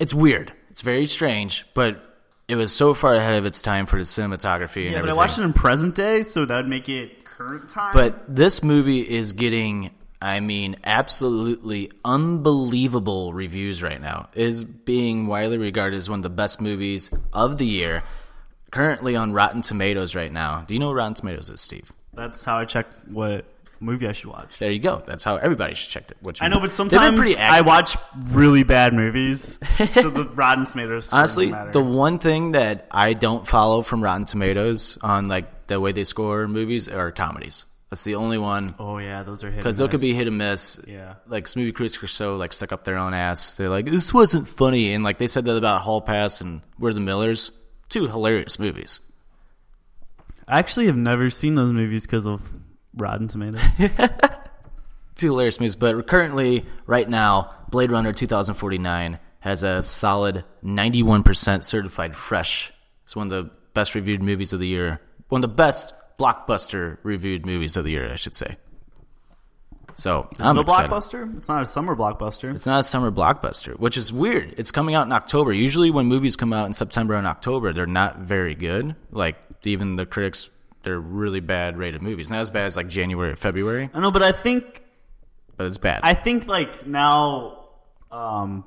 it's weird. It's very strange, but it was so far ahead of its time for the cinematography and
Yeah, but I
everything.
watched it in present day, so that would make it current time.
But this movie is getting, I mean, absolutely unbelievable reviews right now. It Is being widely regarded as one of the best movies of the year. Currently on Rotten Tomatoes right now. Do you know what Rotten Tomatoes is, Steve?
that's how I check what movie I should watch.
There you go. That's how everybody should check it. What you
I know,
mean.
but
They've been
sometimes
pretty
I watch really bad movies, so the Rotten Tomatoes. score
Honestly,
doesn't matter.
the one thing that I don't follow from Rotten Tomatoes on like the way they score movies are comedies. That's the only one
oh yeah, those are hit
because
and
those could be
miss.
hit and miss.
Yeah.
like movie critics are so like stuck up their own ass. They're like, this wasn't funny, and like they said that about Hall Pass and We're the Millers, two hilarious movies.
I actually have never seen those movies because of Rotten Tomatoes.
two hilarious movies, but currently, right now, Blade Runner 2049 has a solid 91% certified fresh. It's one of the best reviewed movies of the year. One of the best blockbuster reviewed movies of the year, I should say. So I'm
no
excited.
blockbuster. It's not a summer blockbuster.
It's not a summer blockbuster, which is weird. It's coming out in October. Usually, when movies come out in September and October, they're not very good. Like even the critics they're really bad rated movies. Not as bad as like January or February,
I know, but I think
but it's bad.
I think like now, um,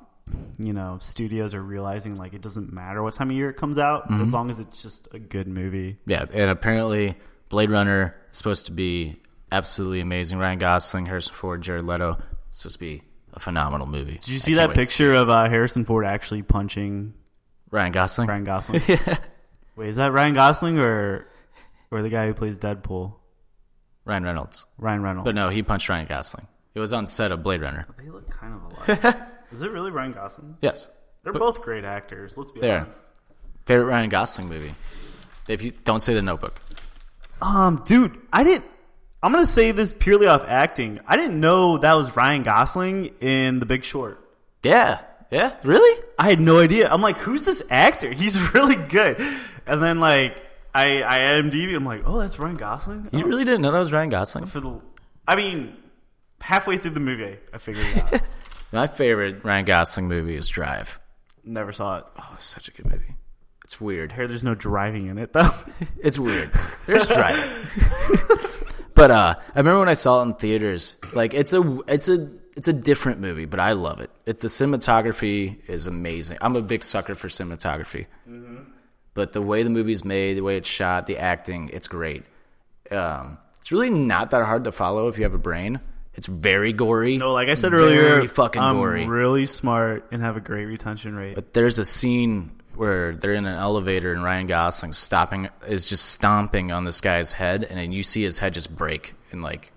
you know, studios are realizing like it doesn't matter what time of year it comes out
Mm-hmm.
as long as it's just a good movie.
yeah, and apparently Blade Runner is supposed to be absolutely amazing. Ryan Gosling, Harrison Ford, Jared Leto it's supposed to be a phenomenal movie.
Did you see that picture of uh, Harrison Ford actually punching
Ryan Gosling.
Ryan Gosling? Wait, is that Ryan Gosling or or the guy who plays Deadpool?
Ryan Reynolds.
Ryan Reynolds.
But no, he punched Ryan Gosling. It was on set of Blade Runner.
They look kind of alike. is it really Ryan Gosling?
Yes.
They're both great actors. Let's be
They are.
honest.
Favorite Ryan Gosling movie. If you don't say The Notebook.
Um, dude, I didn't. I'm gonna say this purely off acting. I didn't know that was Ryan Gosling in The Big Short.
Yeah. Yeah. Really?
I had no idea. I'm like, who's this actor? He's really good. And then like, I I IMDb. I'm like, oh, that's Ryan Gosling.
You
Oh,
really didn't know that was Ryan Gosling?
for the, I mean, halfway through the movie, I figured it out.
My favorite Ryan Gosling movie is Drive.
Never saw it.
Oh, it's such a good movie. It's weird.
Here, there's no driving in it though.
It's weird. There's driving. but uh, I remember when I saw it in theaters. Like it's a it's a it's a different movie, but I love it. It the cinematography is amazing. I'm a big sucker for cinematography. But the way the movie's made, the way it's shot, the acting, it's great. Um, it's really not that hard to follow if you have a brain. It's very gory.
No, like I said
Very
earlier,
fucking
I'm
gory.
really smart and have a great retention rate.
But there's a scene where they're in an elevator and Ryan Gosling stopping is just stomping on this guy's head, and then you see his head just break and like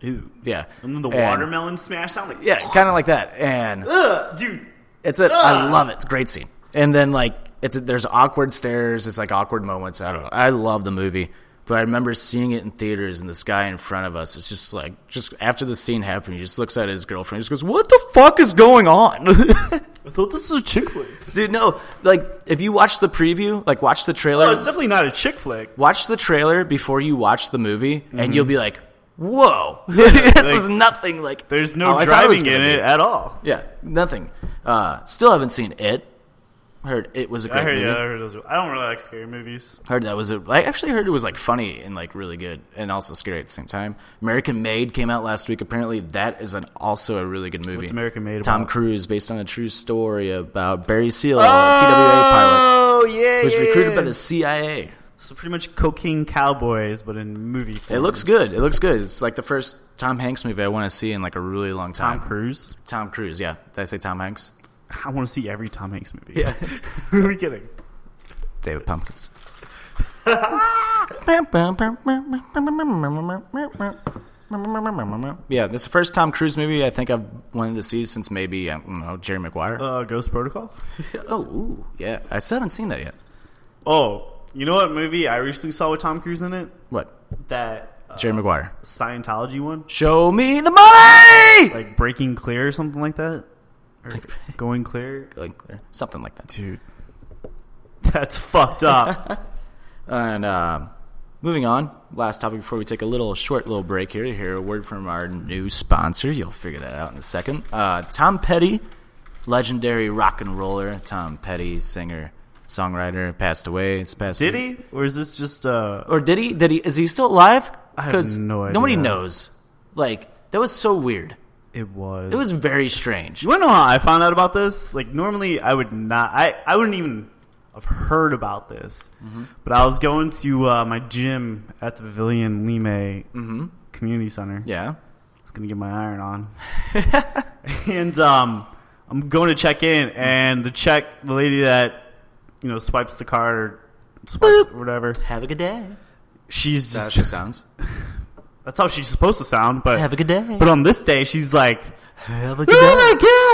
Ew.
yeah,
And then the
And-
watermelon smash sound, like
yeah, kind of like that. And
Ugh, dude.
it's a I love it. It's a great scene. And then like it's a, there's awkward stares. It's like awkward moments. I don't know. I love the movie. But I remember seeing it in theaters, and this guy in front of us is just like, just after the scene happened, he just looks at his girlfriend, and just goes, "What the fuck is going on?"
I thought this was a chick flick.
Dude, no. Like, if you watch the preview, like watch the trailer,
No, it's definitely not a chick flick.
watch the trailer before you watch the movie,
Mm-hmm.
and you'll be like, "Whoa, this is nothing like."
There's no
how Oh, I thought was
driving in
gonna be."
it at all.
Yeah, nothing. Uh, still haven't seen it. Heard it was a great
I heard,
movie.
yeah, I heard those. I don't really like scary movies.
Heard that was a. I actually heard it was like funny and like really good, and also scary at the same time. American Made came out last week. Apparently, that is an also a really good movie.
What's American Made
Tom
about?
Cruise, based on a true story about Barry Seal, a TWA pilot,
Oh yeah,
who was
yeah,
recruited
yeah.
by the CIA.
So pretty much cocaine cowboys, but in movie.
It
Form.
looks good. It looks good. It's like the first Tom Hanks movie I want to see in like a really long time.
Tom Cruise.
Tom Cruise, yeah. Did I say Tom Hanks?
I want to see every Tom Hanks movie. Who are we kidding?
David Pumpkins. yeah, this is the first Tom Cruise movie I think I've wanted to see since maybe I don't know Jerry Maguire.
Uh, Ghost Protocol.
oh, ooh, yeah. I still haven't seen that yet.
Oh, you know what movie I recently saw with Tom Cruise in it?
What?
That uh,
Jerry Maguire.
Scientology one,
Show me the money.
like Breaking Clear or something like that, or Going Clear.
Something like that.
Dude, that's fucked up.
And um moving on, last topic before we take a little short little break here to hear a word from our new sponsor. You'll figure that out in a second. Uh, Tom Petty, legendary rock and roller, Tom Petty, singer, songwriter, passed away. It's passed
Did he? Or is this just uh?
Or did he? Did he? Is he still alive?
have no
nobody
idea.
knows. Like that was so weird.
It was.
It was very strange.
You wanna know how I found out about this? Like normally I would not. I I wouldn't even have heard about this.
Mm-hmm.
But I was going to uh, my gym at the Pavilion Lime
Mm-hmm.
Community Center.
Yeah.
It's gonna get my iron on. and um, I'm going to check in, and the check, the lady that you know swipes the card or swipes
Boop.
or whatever,
Have a good day.
she's
That's
just
how it sounds.
that's how she's supposed to sound. But
Have a good day.
but on this day, she's like,
Have a
Oh my god!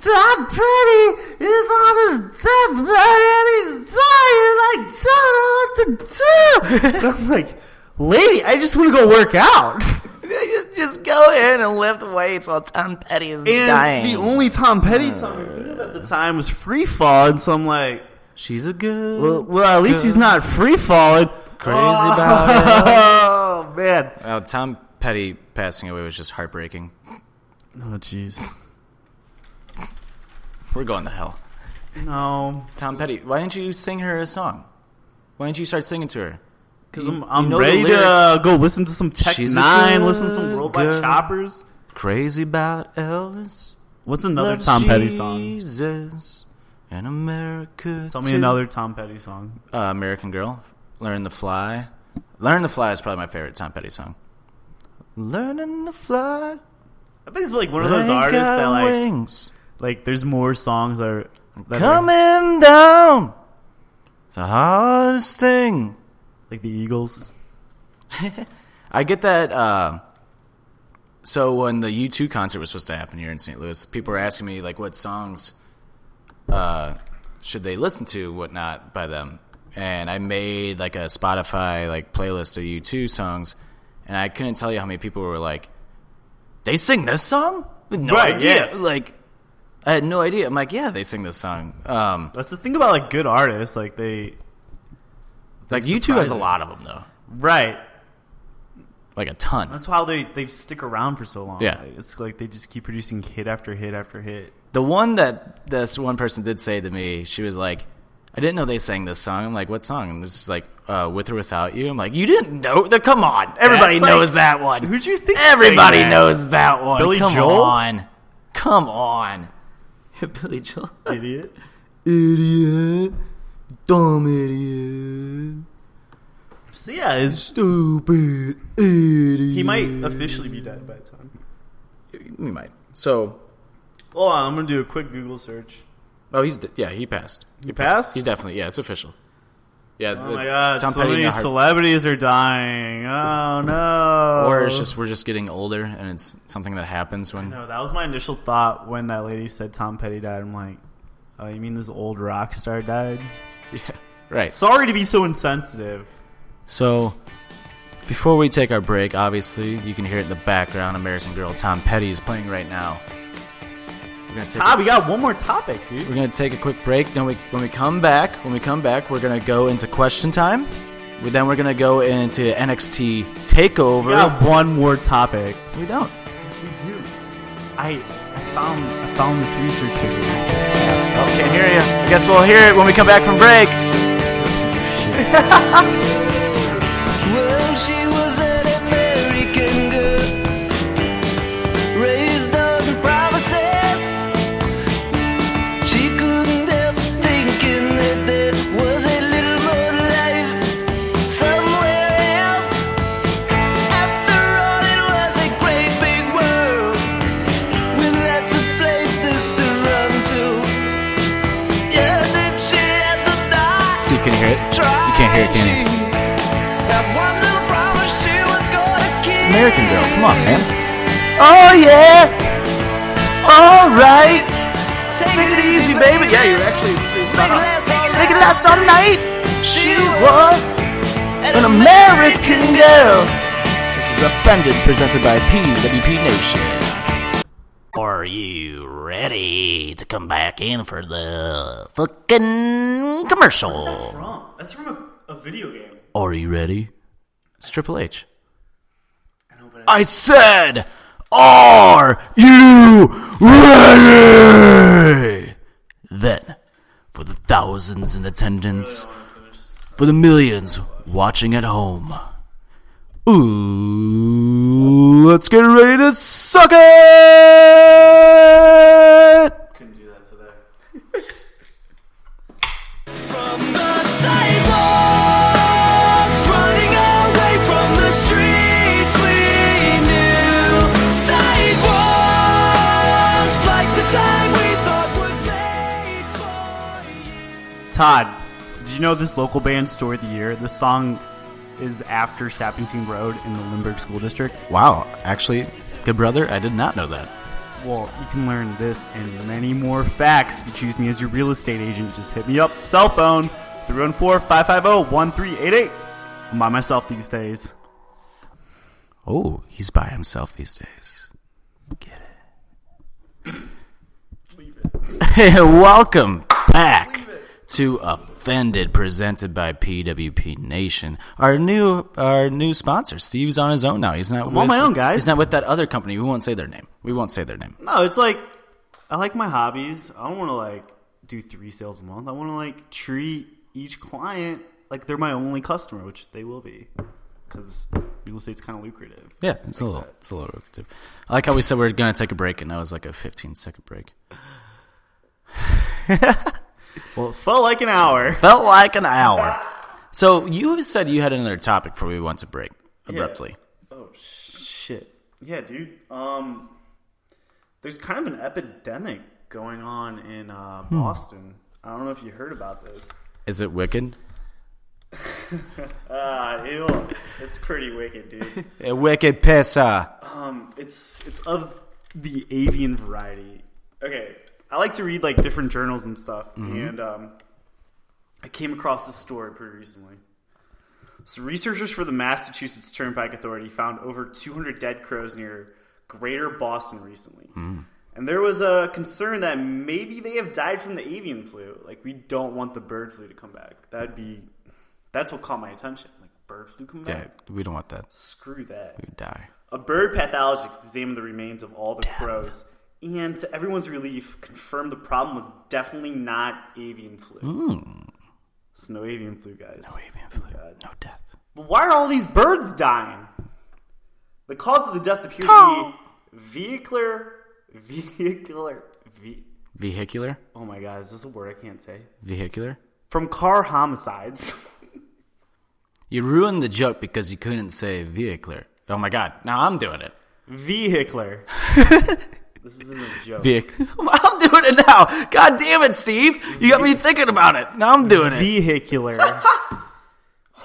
Tom Petty is on his deathbed and he's tired and I don't know what to do! And I'm like, lady, I just want to go work out!
Just go in and lift weights while Tom Petty is
And the only Tom Petty song I knew at the time was Free Fall, and so I'm like,
She's a good,
well, well at least he's not free falling.
crazy about it.
Oh, man.
Oh, Tom Petty passing away was just heartbreaking.
Oh, jeez.
We're going to hell.
No.
Tom Petty, why didn't you sing her a song? Why didn't you start singing to her?
Because
You-
I'm, I'm
you know the
ready to uh, go listen to some Tech
She's a
Nine, listen to some
good
Robot
girl.
Choppers.
Crazy about Elvis.
What's another
loves
Tom Petty song?
Jesus and America.
Tell me
too.
another Tom Petty song.
Uh, American Girl. Learn the Fly. Learn the Fly is probably my favorite Tom Petty song. Learning the Fly.
I bet he's like one of those
ain't
artists
got
that like
wings.
like there's more songs that are that are,
Coming down. It's the hardest thing.
like the Eagles.
I get that. Uh, so when the U2 concert was supposed to happen here in St. Louis, people were asking me like, what songs uh, should they listen to, whatnot by them, and I made like a Spotify like playlist of U2 songs, and I couldn't tell you how many people were like, they sing this song with no
Right,
idea.
yeah.
Like, I had no idea. I'm like, yeah, they sing this song. Um,
That's the thing about like good artists, like they
like U2 has a
surprising.
lot of them though,
right.
like a ton.
That's how they they stick around for so long.
Yeah.
Like, it's like they just keep producing hit after hit after hit.
The one that this one person did say to me, she was like, I didn't know they sang this song. I'm like, what song? And this is like, uh, With or Without You. I'm like, you didn't know? The, come on. Everybody
That's like-
knows that one.
Who'd you think?
Everybody
sang that?
knows that one.
Billy
come
Joel?
on. Come on. Billy Joel.
idiot.
Idiot. Dumb idiot.
So yeah, it's,
Stupid idiot.
he might officially be dead by the time.
He might. So,
Hold on, I'm gonna do a quick Google search.
oh, he's, d- yeah, he passed.
You passed?
He's definitely, yeah, it's official. Yeah,
Oh my god,
Tom
so
Petty
many
and the Heart-
celebrities are dying. Oh no.
or it's just we're just getting older and it's something that happens when
No, that was my initial thought when that lady said Tom Petty died. I'm like, oh, you mean this old rock star died?
yeah, right
Sorry to be so insensitive.
so before we take our break obviously you can hear it in the background american girl tom petty is playing right now we're gonna take,
Todd,
a,
Ah, we got one more topic,
we're
dude.
gonna take a quick break then we, when we come back when we come back we're gonna go into question time We- then we're gonna go into nxt takeover
We got one more topic.
we don't
Yes, we do. I, I found I found this research paper.
oh, can't hear you i guess we'll hear it when we come back from break
Piece of shit.
Well, she was an American girl, raised on promises. She couldn't help thinking that there was a little more life somewhere else. After all, it was a great big world with lots of places to run to. Yeah, that she had to die.
see if you can hear it
You
can't hear it, can you? american girl come on man
Oh yeah. All right. Take, it, easy, baby.
Yeah, you're actually pretty spot
Make it
on.
last all
Make it last all night.
night. She
was
an
an American girl. This is Offended, presented by PWP Nation.
Are you ready to come back in for the fucking commercial?
from? That's from a, a video game.
Are you ready?
It's Triple H.
I said, Are you ready? Then, for the thousands in attendance, for the millions watching at home, ooh, let's get ready to suck it!
Couldn't do that today.
From the sidewalks, running away from the streets we knew. Sidewalks, like the time we thought was made for you.
Todd, did you know this local band store of the year? This song is after Sappington Road in the Lindbergh School District.
Wow, actually, good brother, I did not know that.
Well, you can learn this and many more facts if you choose me as your real estate agent. Just hit me up, cell phone oh, 314-550-1388. I'm by myself these days.
Oh, he's by himself these days. Get it. Hey, welcome back to Offended, presented by PWP Nation. Our new our new sponsor. Steve's on his own now. He's not. I'm with,
on my own, guys.
He's not with that other company. We won't say their name. We won't say their name.
No, it's like I like my hobbies. I don't want to like do 3 sales a month. I want to like treat each client like they're my only customer, which they will be, because real estate's kind of lucrative.
Yeah, it's a little, it's a little lucrative. I like how we said we are gonna take a break, and that was like a 15 second break.
Well, it felt like an hour.
Felt like an hour. So you said you had another topic before we went to break abruptly.
Oh shit. Yeah, dude. Um, there's kind of an epidemic going on in uh, Boston. I don't know if you heard about this.
Is it wicked?
Uh, ew, it's pretty wicked, dude.
A wicked pisser.
Um, it's it's of the avian variety. Okay, I like to read like different journals and stuff, and um, I came across this story pretty recently. So researchers for the Massachusetts Turnpike Authority found over 200 dead crows near Greater Boston recently. And there was a concern that maybe they have died from the avian flu. Like we don't want the bird flu to come back. That'd be that's what caught my attention. Like bird flu come back?
Yeah, we don't want that.
Screw that.
We die.
A bird pathologist examined the remains of all the crows and, to everyone's relief, confirmed the problem was definitely not avian flu. It's no avian flu, guys.
Avian flu. Hmm. No death.
But why are all these birds dying? The cause of the death appeared
Caw.
to be vehicular, vehicular, ve-
Vehicular.
oh my god, is this a word I can't say?
Vehicular.
From car homicides.
You ruined the joke because you couldn't say vehicular. Oh my god! Now I'm doing it.
vehicular. this isn't a joke.
Vehicle. I'm doing it now. God damn it, Steve! You got me thinking about it. Now I'm doing it.
vehicular.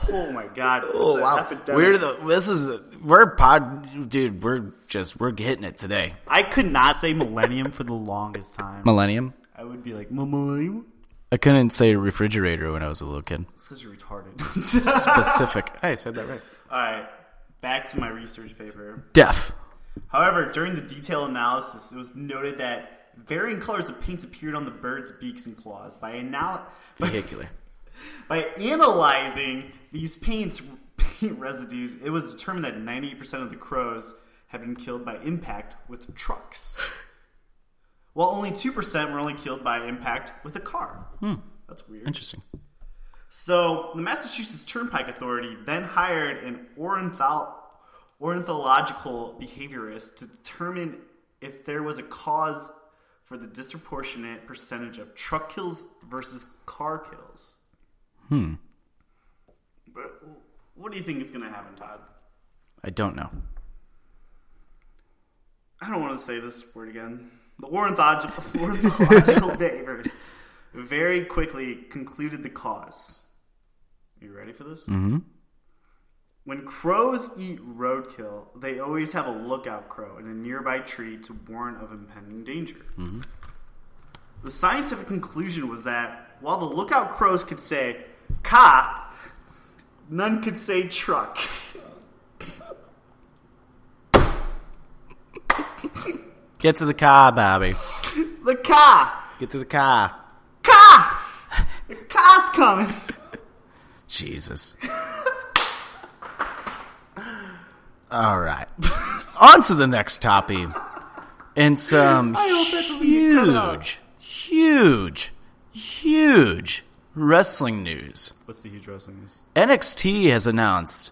oh my god.
Oh wow! We're the. This is we're pod, dude. We're just we're hitting it today.
I could not say millennium for the longest time.
Millennium.
I would be like millennium.
I couldn't say refrigerator when I was a little kid.
This is retarded.
Specific. I said that right.
All right, back to my research paper.
Deaf.
However, during the detailed analysis, it was noted that varying colors of paint appeared on the bird's beaks and claws. By anal- by,
Vehicular.
by analyzing these paints paint residues, it was determined that 98% of the crows had been killed by impact with trucks. While only 2% were only killed by impact with a car. That's weird.
Interesting.
So the Massachusetts Turnpike Authority then hired an ornithol- ornithological behaviorist to determine if there was a cause for the disproportionate percentage of truck kills versus car kills. Hmm. But what do you think is going to happen, Todd?
I don't know.
I don't want to say this word again. The ornithological, ornithological behaviors very quickly concluded the cause. You ready for this? Mm-hmm. When crows eat roadkill, they always have a lookout crow in a nearby tree to warn of impending danger. The scientific conclusion was that while the lookout crows could say "ca," none could say "truck."
Get to the car, Bobby.
The "ca,"
Get to the car.
"ca," the "ca's" coming.
Jesus. All right. On to the next topic. And some
hope that doesn't get cut out.
huge, huge, huge wrestling news.
What's the huge wrestling news?
NXT has announced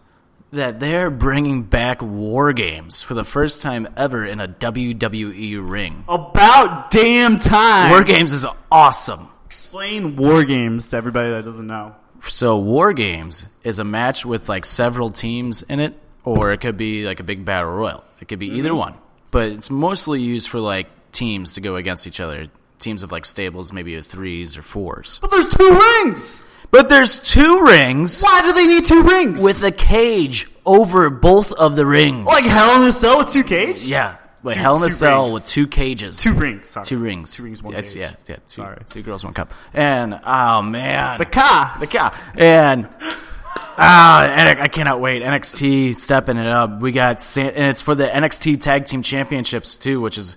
that they're bringing back War Games for the first time ever in a WWE ring.
About damn time.
War Games is awesome.
Explain war games to everybody that doesn't know.
So War Games is a match with like several teams in it, or it could be like a big battle royal. It could be either
Mm-hmm.
one, but it's mostly used for like teams to go against each other. Teams of like stables, maybe of threes or fours.
But there's two rings.
But there's two rings
Why do they need two rings?
with a cage over both of the rings.
like Hell in a Cell with two cages.
yeah, like
Two-
Hell in a
two
Cell
rings.
with two cages,
two rings. Sorry.
two rings,
Two rings. One
yes,
cage.
yeah, yeah. Two,
Sorry.
two girls, one cup. And oh man,
The car.
the cow. And ah, and I cannot wait. NXT stepping it up. We got Sa- and it's for the NXT Tag Team Championships too, which is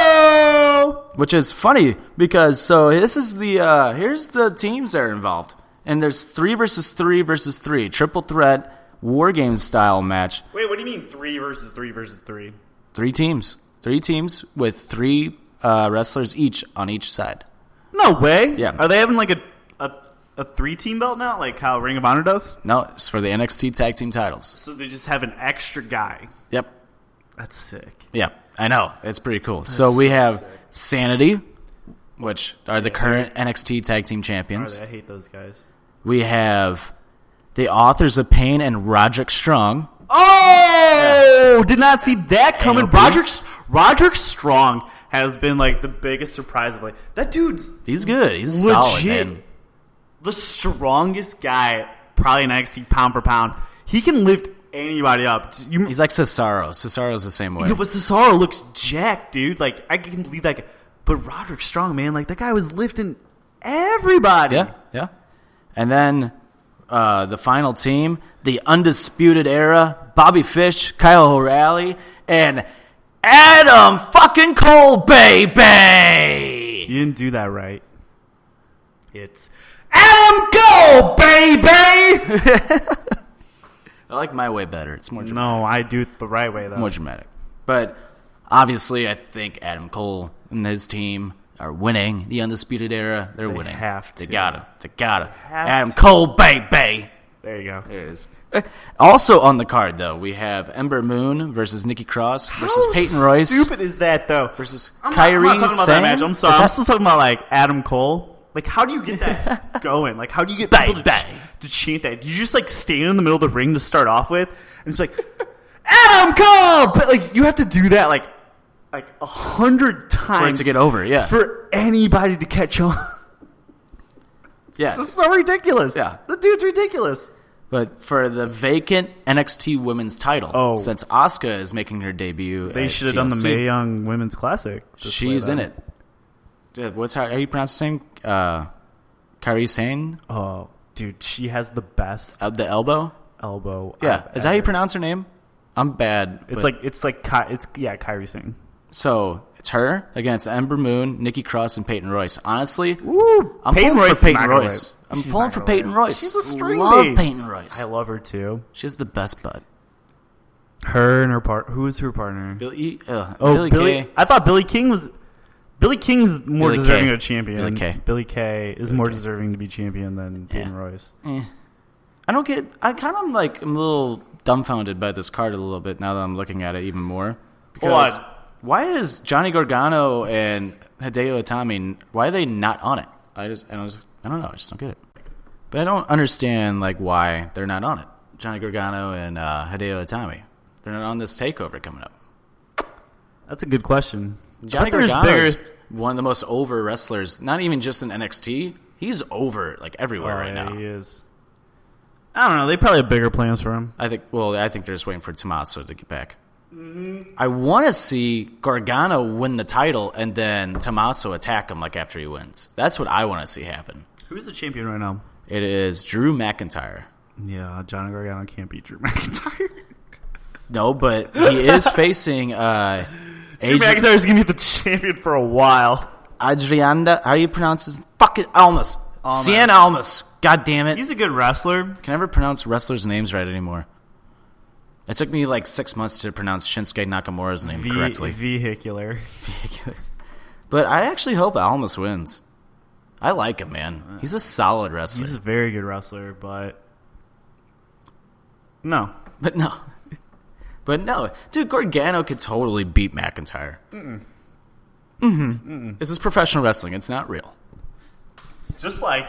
Oh.
which is funny because so this is the uh, here's the teams that are involved, and there's three versus three versus three, triple threat war game style match.
Wait, what do you mean three versus three versus three?
Three teams, three teams with three uh, wrestlers each on each side.
No way.
Yeah.
Are they having like a a a three team belt now, like how Ring of Honor does?
No, it's for the NXT tag team titles.
So they just have an extra guy.
Yep.
That's sick.
Yep. I know. It's pretty cool. so we
so
have
sick.
Sanity, which are the current NXT tag team champions.
I hate those guys.
We have the authors of Pain and Roderick Strong.
Oh, did not see that coming.
AOP.
Roderick Roderick Strong has been like the biggest surprise of like that dude's
He's good. He's solid,
legit
man.
the strongest guy probably in NXT pound for pound. He can lift anybody up. You,
He's like Cesaro. Cesaro's the same way.
Yeah, but Cesaro looks jacked, dude. Like I can believe that. Guy. But Roderick Strong, man, like that guy was lifting everybody.
Yeah, yeah. And then uh, the final team, the undisputed era: Bobby Fish, Kyle O'Reilly, and Adam fucking Cole, baby.
You didn't do that right. It's Adam Go, baby.
I like my way better. It's more dramatic,
no, I do it the right way though.
more dramatic. But obviously, I think Adam Cole and his team are winning the undisputed era. They're winning.
have
They
to.
gotta. They gotta.
have
Adam
to.
Cole, baby.
There you go.
It is. Also on the card, though, we have Ember Moon versus Nikki Cross versus
How
Peyton Royce
Stupid is that though.
versus
I'm not,
Kyrie
I'm not talking
Sane.
about that match. I'm sorry.
Is
I'm
that-
still talking about like Adam Cole. Like, how do you get that going? Like, how do you get
Bang,
people to, ch-
bang.
to chant that? Do you just like stand in the middle of the ring to start off with, and it's like Adam Cole? But like, you have to do that like like a hundred times
to get over, yeah.
for anybody to catch on.
yeah.
This is so ridiculous.
Yeah.
the dude's ridiculous.
But for the vacant NXT Women's title,
Oh.
since Asuka is making her debut,
They
at
should have done the
TLC,
May Young Women's Classic. this
She's
way,
in
then.
it. Yeah, What's how, how you pronouncing uh, Kyrie Sane
Oh, dude, she has the best
of the elbow?
elbow.
Yeah,
I've
is that how you
ever-
pronounce her name? I'm bad. but-
It's like it's like Ky- it's yeah, Kyrie Singh.
so. It's her against Ember Moon, Nikki Cross, and Peyton Royce. Honestly,
Ooh,
I'm pulling for Peyton Royce. I'm pulling for Peyton Royce.
She's a string
Love
bean.
Peyton Royce.
I love her too.
she has the best butt.
Her and her part. Who is her partner?
Billy, uh,
oh,
Billy,
Billy.
Kay.
I thought Billy King was. Billy King's more
Billy
deserving
Kay.
of a champion.
Billy Kay.
Billy Kay is more deserving to be champion than Peyton Royce.
Eh. I don't get. I kind of like. I'm a little dumbfounded by this card a little bit now that I'm looking at it even more. Because
on.
why is Johnny Gargano and Hideo Itami? Why are they not on it? I just. I, was, I don't know. I just don't get it. But I don't understand like why they're not on it. Johnny Gargano and uh, Hideo Itami. They're not on this takeover coming up.
That's a good question. I
Johnny
bet there's
Gargano is
bigger-
one of the most over wrestlers. Not even just in NXT. He's over like everywhere
Oh,
right
yeah,
now.
He is. I don't know. They probably have bigger plans for him.
I think. Well, I think they're just waiting for Tommaso to get back. Mm-hmm. I want to see Gargano win the title and then Tommaso attack him like after he wins. That's what I want to see happen.
Who's the champion right now?
It is Drew McIntyre.
Yeah, Johnny Gargano can't beat Drew McIntyre.
No, but he is facing uh,
Drew
Adri-
McIntyre's gonna be the champion for a while.
Adrianda. How do you pronounce his fucking Almas?
Almas.
Cien Almas. God damn it!
He's a good wrestler.
Can never pronounce wrestlers' names right anymore. It took me like six months to pronounce Shinsuke Nakamura's name
Ve-
correctly.
Vehicular.
But I actually hope Almas wins. I like him, man. He's a solid wrestler.
He's a very good wrestler, but no.
but no. But no. Dude, Gargano could totally beat McIntyre. Mm-mm. Mm-hmm. This is professional wrestling. It's not real.
Just like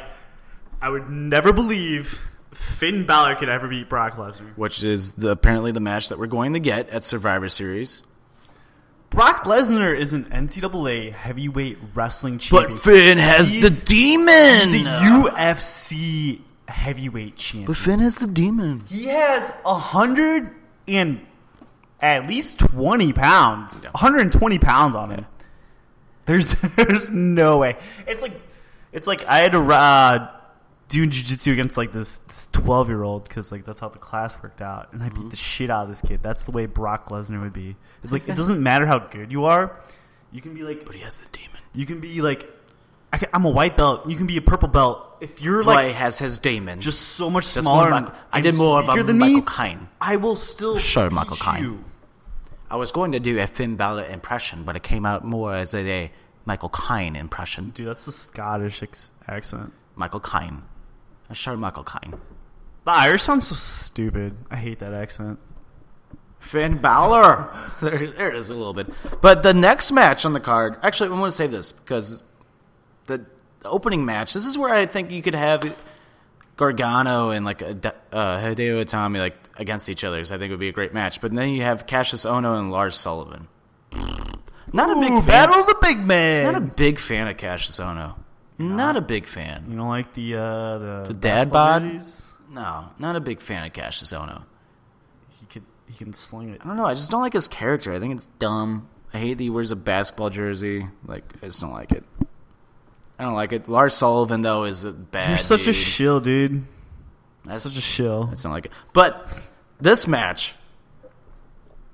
I would never believe Finn Balor could ever beat Brock Lesnar.
Which is the, apparently the match that we're going to get at Survivor Series.
Brock Lesnar is an NCAA heavyweight wrestling
But
champion.
Finn has
He's-
the demon!
He's a UFC heavyweight champion.
but Finn has the demon.
He has a hundred and at least twenty pounds.
Yeah.
One hundred and twenty pounds on him. There's there's no way. It's like it's like I had to uh, do jujitsu against like this this twelve year old because like that's how the class worked out, and I
Mm-hmm.
beat the shit out of this kid. That's the way Brock Lesnar would be. It's like it doesn't matter how good you are. You can be like
But he has the demon.
you can be like I can, I'm a white belt. You can be a purple belt. If you're like
Roy has his demon.
just so much
That's
smaller.
more
and-
Michael- I
and
did more of a
weaker than
Michael
me,
Caine.
I will still
Sure,
beat
Michael Caine.
you.
I was going to do a Finn Balor impression, but it came out more as a, Michael Kine impression.
Dude, that's a Scottish ex- accent.
Michael Kine. A Sharmuckle Klein.
The Irish sounds so stupid. I hate that accent.
Finn Balor. there, there it is a little bit. But the next match on the card, actually, I'm going to say this because the, the opening match. This is where I think you could have Gargano and like a, D- uh, Hideo Itami like against each other. Because I think it would be a great match. But then you have Cassius Ono and Lars Sullivan. Not a big fan.
Battle of the big
Not a
man.
big fan of Cassius Ono. Not a big fan.
you don't like the uh, the,
The dad
basketball
bod?
jerseys?
No, not a big fan of Cassius Ono.
He could he can sling it.
I don't know. I just don't like his character. I think it's dumb. I hate that he wears a basketball jersey. Like, I just don't like it. I don't like it. Lars Sullivan though is a bad.
You're such a
dude.
shill, dude.
That's-
such a shill.
I just don't like it. But this match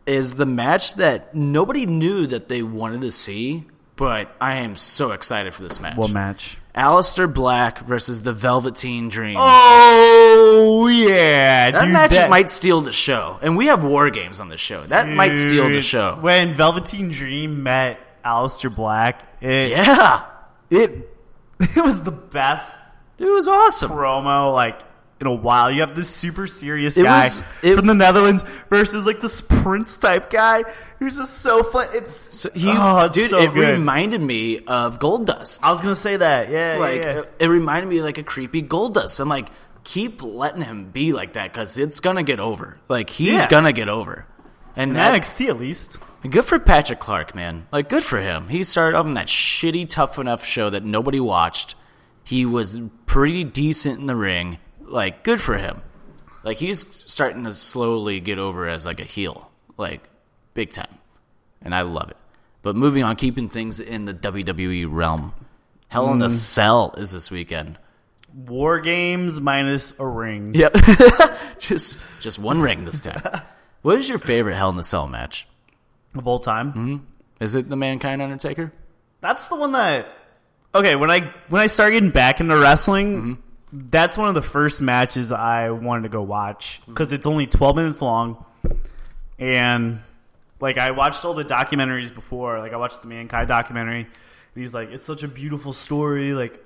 is the match that nobody knew that they wanted to see. But I am so excited for this match.
What match?
Alistair Black versus the Velveteen Dream.
Oh yeah,
that match might steal the show, and we have war games on the show. That might steal the show.
When Velveteen Dream met Aleister Black, it
Yeah,
it it was the best
it was awesome.
promo like in a while. You have this super serious
It
guy
was- it-
from the Netherlands versus like this Prince type guy who's just so fun. It's
So he,
oh, it's
dude,
so
it
good.
reminded me of Gold Dust.
I was gonna say that, yeah,
Like uh,
yeah, yeah.
it, it reminded me of like a creepy Gold Dust. I'm like, keep letting him be like that because it's gonna get over. Like he's
Yeah.
gonna get over. And
In
that,
NXT at least.
good for Patrick Clark, man. Like good for him. He started on that shitty Tough Enough show that nobody watched. He was pretty decent in the ring. Like good for him. Like he's starting to slowly get over as like a heel, like big time, and I love it. But moving on, keeping things in the WWE realm, Hell in a Cell is this weekend.
War games minus a ring.
Yep, just just one ring this time. what is your favorite Hell in a Cell match?
of all time.
Is it the Mankind Undertaker?
That's the one that. Okay, when I when I started getting back into wrestling, that's one of the first matches I wanted to go watch because it's only twelve minutes long, and like I watched all the documentaries before. Like I watched the Mankind documentary, and he's like, "It's such a beautiful story." Like,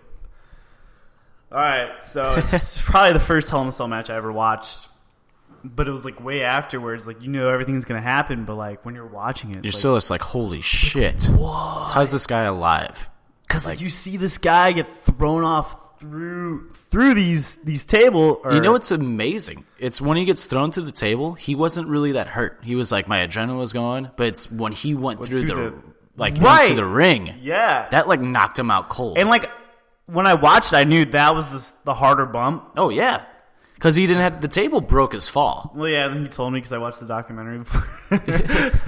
all right, so it's probably the first Hell in a Cell match I ever watched. But it was like way afterwards, like you know everything's gonna happen, but like when you're watching it, it's
You're
like,
still just like, holy shit. How's this guy alive?
Cause like, you see this guy get thrown off through through these these table. Or,
You know what's amazing? It's when he gets thrown through the table, he wasn't really that hurt. He was like, my adrenaline was going, but it's when he went through,
through
the,
the-
like
Right.
into the ring.
Yeah,
That like knocked him out cold.
and like when I watched, it, I knew that was this, the harder bump.
oh yeah. Cause he didn't have the table broke his fall.
Well, yeah, and then he told me because I watched the documentary before.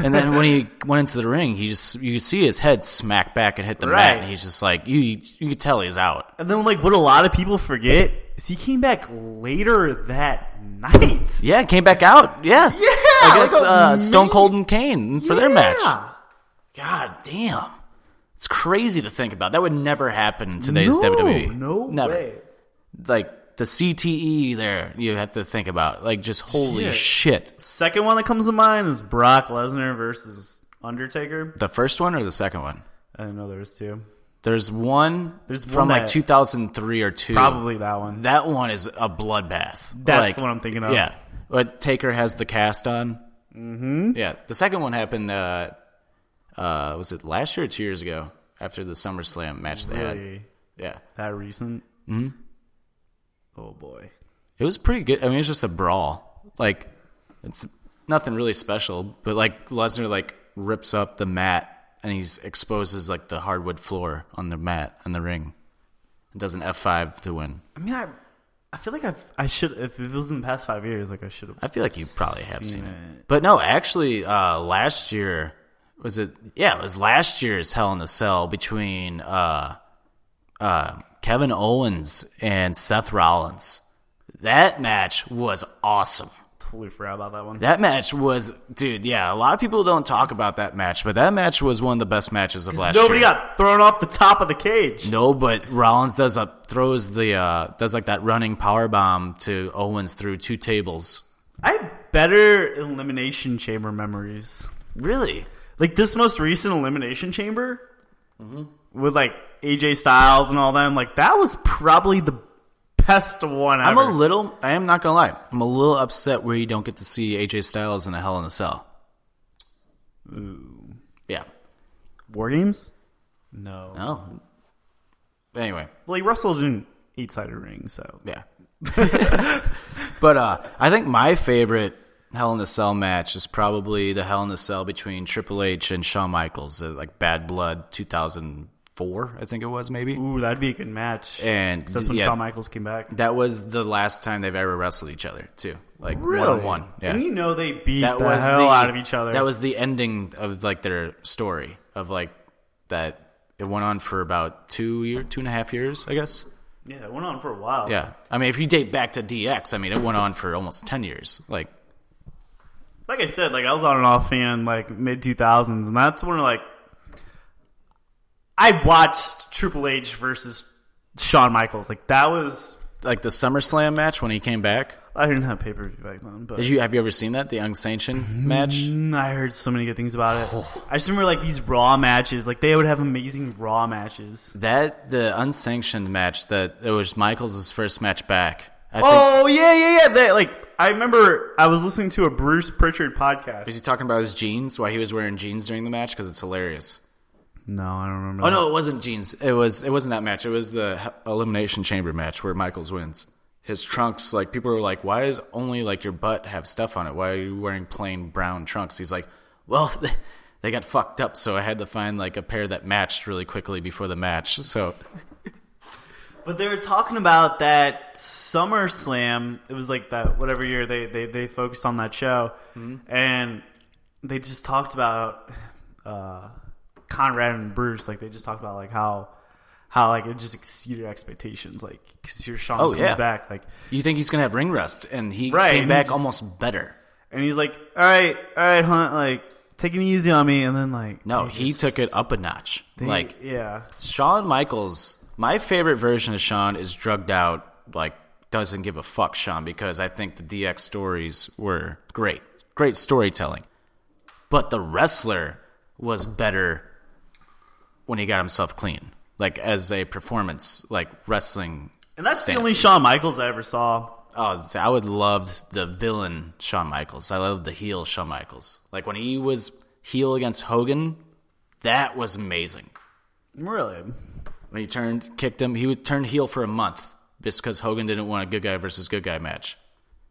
And then when he went into the ring, he just you could see his head smack back and hit the mat
Right.
and he's just like you you could tell he's out.
and then like what a lot of people forget is he came back later that night.
Yeah, came back out. Yeah.
Yeah,
Against
like a
uh, Stone
main-
Cold and Kane for their match.
Yeah.
God damn. It's crazy to think about. That would never happen in today's
no,
WWE.
Oh, no
never.
way.
Like the CTE there, you have to think about. Like just holy
Shit.
shit.
Second one that comes to mind is Brock Lesnar versus Undertaker.
The first one or the second one?
I didn't know there was two.
There's one
There's
from
one
like
that-
2003 or 2.
Probably that one.
That one is a bloodbath.
That's
Like,
the one I'm thinking of.
Yeah. But Taker has the cast on. Mm-hmm. Yeah. The second one happened, uh, uh, was it last year or two years ago? After the SummerSlam match they had.
Really?
Yeah.
That recent? Mm-hmm. Oh boy.
It was pretty good. I mean, it's just a brawl. Like, it's nothing really special, but like Lesnar like rips up the mat and he's exposes like the hardwood floor on the mat on the ring. And does an F five to win.
I mean, I I feel like I've, I should if it was in the past five years, like I should have.
I feel like you probably have
Seen
seen it. But no, actually, uh, last year was it? Yeah, it was last year's Hell in a Cell between uh, uh, Kevin Owens and Seth Rollins. That match was awesome.
Totally forgot about that one.
That match was, dude. Yeah, a lot of people don't talk about that match, but that match was one of the best matches of last
Nobody
year.
got thrown off the top of the cage.
no, but Rollins does a throws the uh, does like that running power bomb to Owens through two tables.
I have better elimination chamber memories.
Really?
Like this most recent elimination chamber Mm-hmm. with like AJ Styles and all them. Like that was probably the best one
I'm
ever.
a little. I am not gonna lie. I'm a little upset where you don't get to see AJ Styles in a Hell in a Cell. Yeah.
War games? No.
Oh. Anyway,
Well, he wrestled in eight sided ring, so
yeah. but uh, I think my favorite Hell in a Cell match is probably the Hell in a Cell between Triple H and Shawn Michaels, uh, like Bad Blood 2004, I think it was maybe.
ooh, that'd be a good match.
And
that's when
yeah,
Shawn Michaels came back.
that was the last time they've ever wrestled each other too. Like one
Really?
on one. Yeah.
And you know they beat
that
the
was
hell
the,
out of each other.
That was the ending of like their story of like that. It went on for about two year, two and a half years, I guess.
yeah, it went on for a while.
Yeah, I mean, if you date back to DX, I mean, it went on for almost ten years. Like,
like I said, like I was on and off fan like mid two thousands, and that's when like I watched Triple H versus Shawn Michaels. Like that was
like the SummerSlam match when he came back.
I didn't have pay per view back then, but
Did you have you ever seen that the unsanctioned match?
Mm, I heard so many good things about it. I just remember like these Raw matches. Like they would have amazing Raw matches.
That the unsanctioned match that it was Michaels' first match back. I think,
Oh yeah, yeah, yeah. That like I remember I was listening to a Bruce Pritchard podcast.
was he talking about his jeans? Why he was wearing jeans during the match? Because it's hilarious.
No, I don't remember.
Oh no, it wasn't jeans. It was it wasn't that match. It was the h- elimination chamber match where Michaels wins. His trunks, like people were like, "Why is only like your butt have stuff on it? Why are you wearing plain brown trunks?" He's like, "Well, they got fucked up, so I had to find like a pair that matched really quickly before the match." So
But they were talking about that SummerSlam. It was like that whatever year they they, they focused on that show,
Hmm?
and they just talked about uh, Conrad and Bruce. Like they just talked about like how how like it just exceeded expectations. Like because your Sean
Oh,
comes
yeah.
back like,
you think he's gonna have ring rust, and he
Right,
came
and
back
just-
almost better.
and he's like, all right, all right, Hunt, like take it easy on me, and then like
No,
they
he
just-
took it up a notch.
they-
like
yeah,
Shawn Michaels, my favorite version of Shawn is drugged out, like doesn't give a fuck Shawn because I think the DX stories were great. Great storytelling. But the wrestler was better when he got himself clean. Like as a performance, like wrestling.
and that's the
Stance.
only Shawn Michaels I ever saw.
Oh, I would loved the villain Shawn Michaels. I loved the heel Shawn Michaels. Like when he was heel against Hogan, that was amazing.
Really,
when he turned kicked him he would turn heel for a month just because hogan didn't want a good guy versus good guy match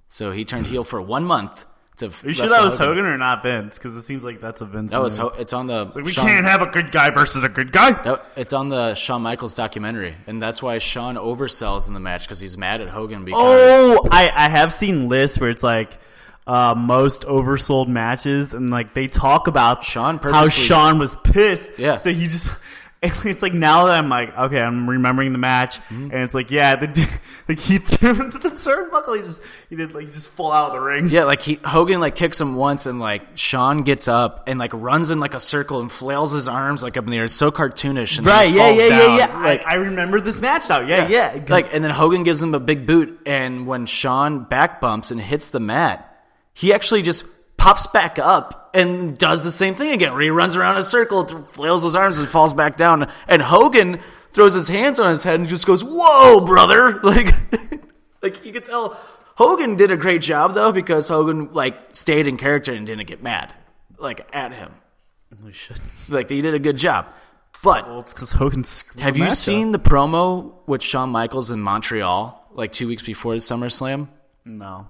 so he turned heel for one month to
Are you sure that was Hogan or not Vince? Because it seems like that's a Vince.
that was
move.
Ho- it's on the
Like, we
Shawn-
can't have a good guy versus a good guy.
that- it's on the Shawn Michaels documentary, and that's why Shawn oversells in the match because he's mad at Hogan because
Oh, I, I have seen lists where it's like uh, most oversold matches, and like they talk about
Shawn
how
purposely-
Sean was pissed.
Yeah.
So he just. It's like now that I'm like okay, I'm remembering the match,
Mm-hmm.
and it's like yeah, the d- like he threw him to the turnbuckle. He just he did like just fall out of the ring.
yeah, like he Hogan like kicks him once, and like Shawn gets up and like runs in like a circle and flails his arms like up in the air. It's so cartoonish. And
Right.
then
Yeah.
falls
Yeah. Yeah.
down.
Yeah.
Like,
I, I remember this match now. Yeah. Yeah.
Like, and then Hogan gives him a big boot, and when Sean back bumps and hits the mat, he actually just pops back up and does the same thing again, where he runs around in a circle, th- flails his arms, and falls back down. And Hogan throws his hands on his head and just goes, "Whoa, brother!" Like, like you could tell Hogan did a great job though because Hogan like stayed in character and didn't get mad like at him.
Holy shit.
Like he did a good job, but.
Well, it's because Hogan. screwed
Have
the
you
match up.
seen the promo with Shawn Michaels in Montreal like two weeks before the SummerSlam?
No.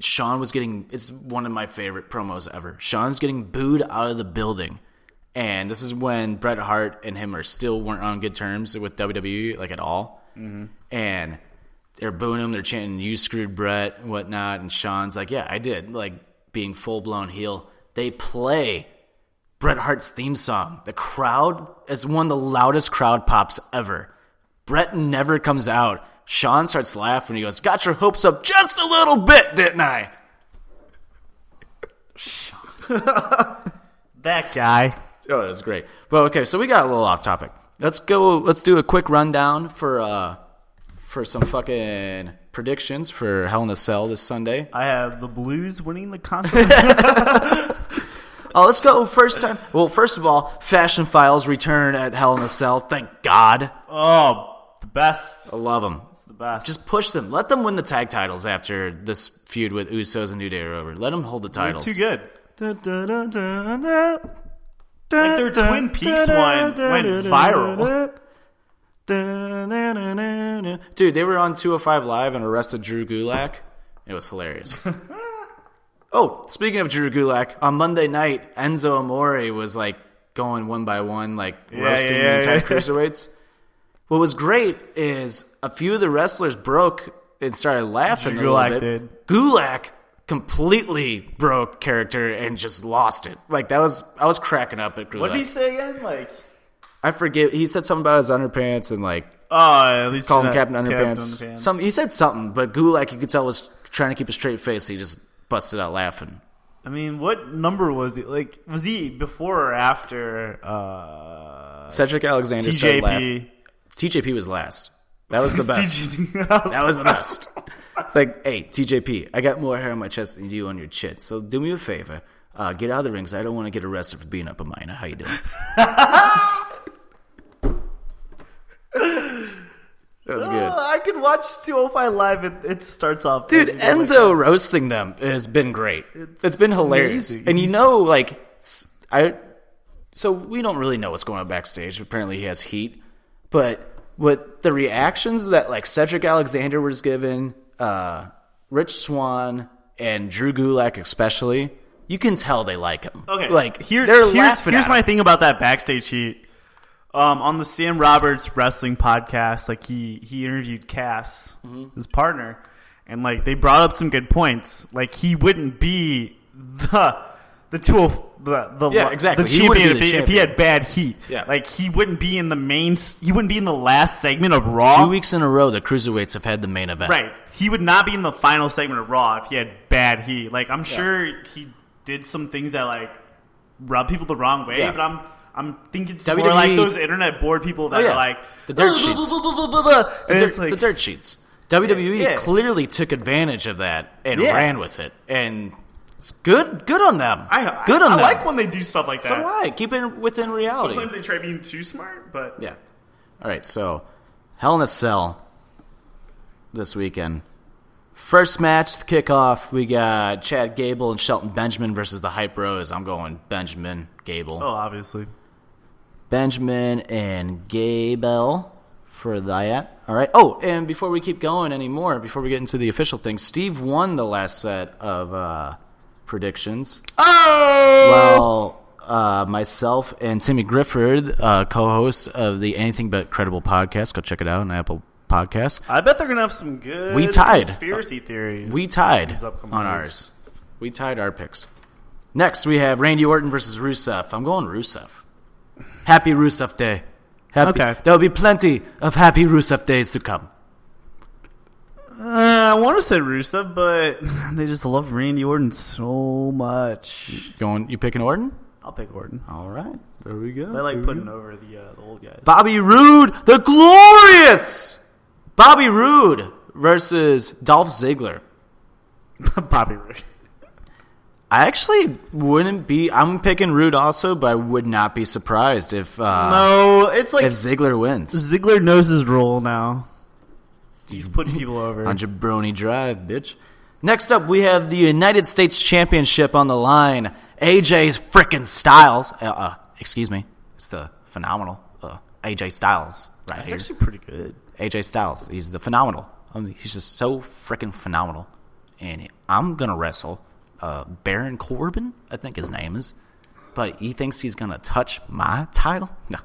Shawn was getting it's one of my favorite promos ever. Shawn's getting booed out of the building. And this is when Bret Hart and him are still weren't on good terms with WWE, like at all. And they're booing him, they're chanting, You screwed Bret and whatnot. And Shawn's like, Yeah, I did. Like being full blown heel. They play Bret Hart's theme song. The crowd is one of the loudest crowd pops ever. Bret never comes out. Sean starts laughing. He goes, Got your hopes up just a little bit, didn't I?
That guy.
Oh, that's great. But okay, so we got a little off topic. Let's go. Let's do a quick rundown for uh for some fucking predictions for Hell in a Cell this Sunday.
I have the Blues winning the contest.
Oh, let's go first time. Well, first of all, Fashion Files return at Hell in a Cell. Thank God.
oh, the best.
I love them.
It's the best.
Just push them. Let them win the tag titles after this feud with Usos and New Day are over. Let them hold the
they're
titles.
too good.
Like
Like their Twin Peaks one went viral.
Dude, they were on 205 Live and arrested Drew Gulak. It was hilarious. oh, speaking of Drew Gulak, on Monday night, Enzo Amore was like going one by one, like roasting
yeah,
the entire
yeah.
cruiserweights. What was great is a few of the wrestlers broke and started laughing. a
Gulak
little bit.
did.
Gulak completely broke character and just lost it. Like that was I was cracking up at Gulak.
What did he say again? Like,
I forget. He said something about his underpants and like
oh, at least
call him
you're
Uh, Captain
not
Underpants. Some he said something, but Gulak you could tell was trying to keep a straight face. He just busted out laughing.
I mean, what number was he? Like, was he before or after uh,
Cedric Alexander started laughing.
TJP?
TJP was last. That was the best.
that
That was the best. It's like, hey, TJP, I got more hair on my chest than you do on your chin. So do me a favor. Uh, get out of the rings. I don't want to get arrested for being up a minor. How you doing? that was good.
Oh, I could watch 205 Live. It, it starts off.
Dude,
every day like
Enzo roasting them has been great. it's been hilarious.
amazing.
And you
He's-
know, like, s- I. So we don't really know what's going on backstage. Apparently, he has heat. But with the reactions that, like, Cedric Alexander was given, uh, Rich Swan, and Drew Gulak, especially, you can tell they like him.
Okay.
Like,
here,
they're
here's,
laughing
here's
at
my
him.
thing about that backstage heat. Um, on the Sam Roberts wrestling podcast, like he he interviewed Cass,
Mm-hmm.
his partner, and like they brought up some good points. Like he wouldn't be the the two of the the
Yeah, exactly.
the
He wouldn't
champion,
be the
if, he, if he
champion.
had bad heat.
Yeah.
like he wouldn't be in the main. s- He wouldn't be in the last segment of Raw.
Two weeks in a row, the Cruiserweights have had the main event.
Right. He would not be in the final segment of Raw if he had bad heat. Like I'm sure he did some things that like rub people the wrong way,
Yeah.
but I'm I'm thinking it's
WWE
more like those internet bored people that
Oh, yeah.
are like
The dirt
"Blah, blah,
sheets."
blah, blah, blah, blah, blah,"
The
and
dirt,
it's like
the dirt sheets. WWE
Yeah.
clearly took advantage of that and
Yeah.
ran with it, and it's good. Good on them.
I,
good
I,
on
I
them.
like when they do stuff like
So
that.
why keep it within reality?
Sometimes they try being too smart, but
yeah. All right. So, Hell in a Cell this weekend. First match, the kickoff. We got Chad Gable and Shelton Benjamin versus the Hype Bros. I'm going Benjamin Gable.
oh, obviously.
Benjamin and Gabel for that. All right. Oh, and before we keep going anymore, before we get into the official thing, Steve won the last set of uh, predictions.
Oh,
Well, uh, myself and Timmy Grifford, uh, co-host of the Anything But Credible podcast, go check it out on Apple Podcasts.
I bet they're gonna have some good
We tied.
conspiracy theories.
We tied
these
on
upcoming weeks.
ours. We tied our picks. Next, we have Randy Orton versus Rusev. I'm going Rusev. Happy Rusev Day. Happy,
Okay.
There will be plenty of happy Rusev days to come.
Uh, I want to say Rusev, but they just love Randy Orton so much.
Going, you picking Orton?
I'll pick Orton.
All right, there we go.
They like putting over the, uh, the old guys.
Bobby Roode, the glorious Bobby Roode versus Dolph Ziggler.
Bobby Roode.
I actually wouldn't be. I'm picking Roode also, but I would not be surprised if uh,
No, Oh, it's like
if Ziggler wins
Ziggler knows his role now. He's putting people over.
on Jabroni Drive, bitch. Next up, we have the United States Championship on the line. AJ's frickin' Styles. Uh, uh, excuse me. It's the phenomenal uh, AJ Styles right
That's
here.
actually pretty good.
AJ Styles. He's the phenomenal. I mean, he's just so freaking phenomenal. And I'm gonna wrestle uh, Baron Corbin, I think his name is, but he thinks he's gonna touch my title. No,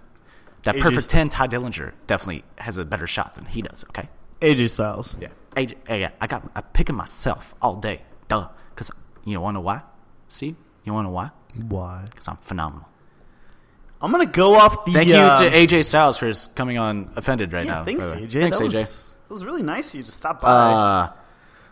that
AJ
perfect ten Ty Dillinger definitely has a better shot than he does. Okay,
AJ Styles. Yeah.
AJ, yeah, I got I picking myself all day, duh. Cause you know, wanna know why? See, you wanna know why?
Why?
Cause I'm phenomenal.
I'm gonna go off the.
Thank
uh,
you to AJ Styles for his coming on offended right
Yeah,
now.
thanks,
by the way.
AJ.
Thanks,
that
AJ.
Was, that was really nice of you to stop by.
uh,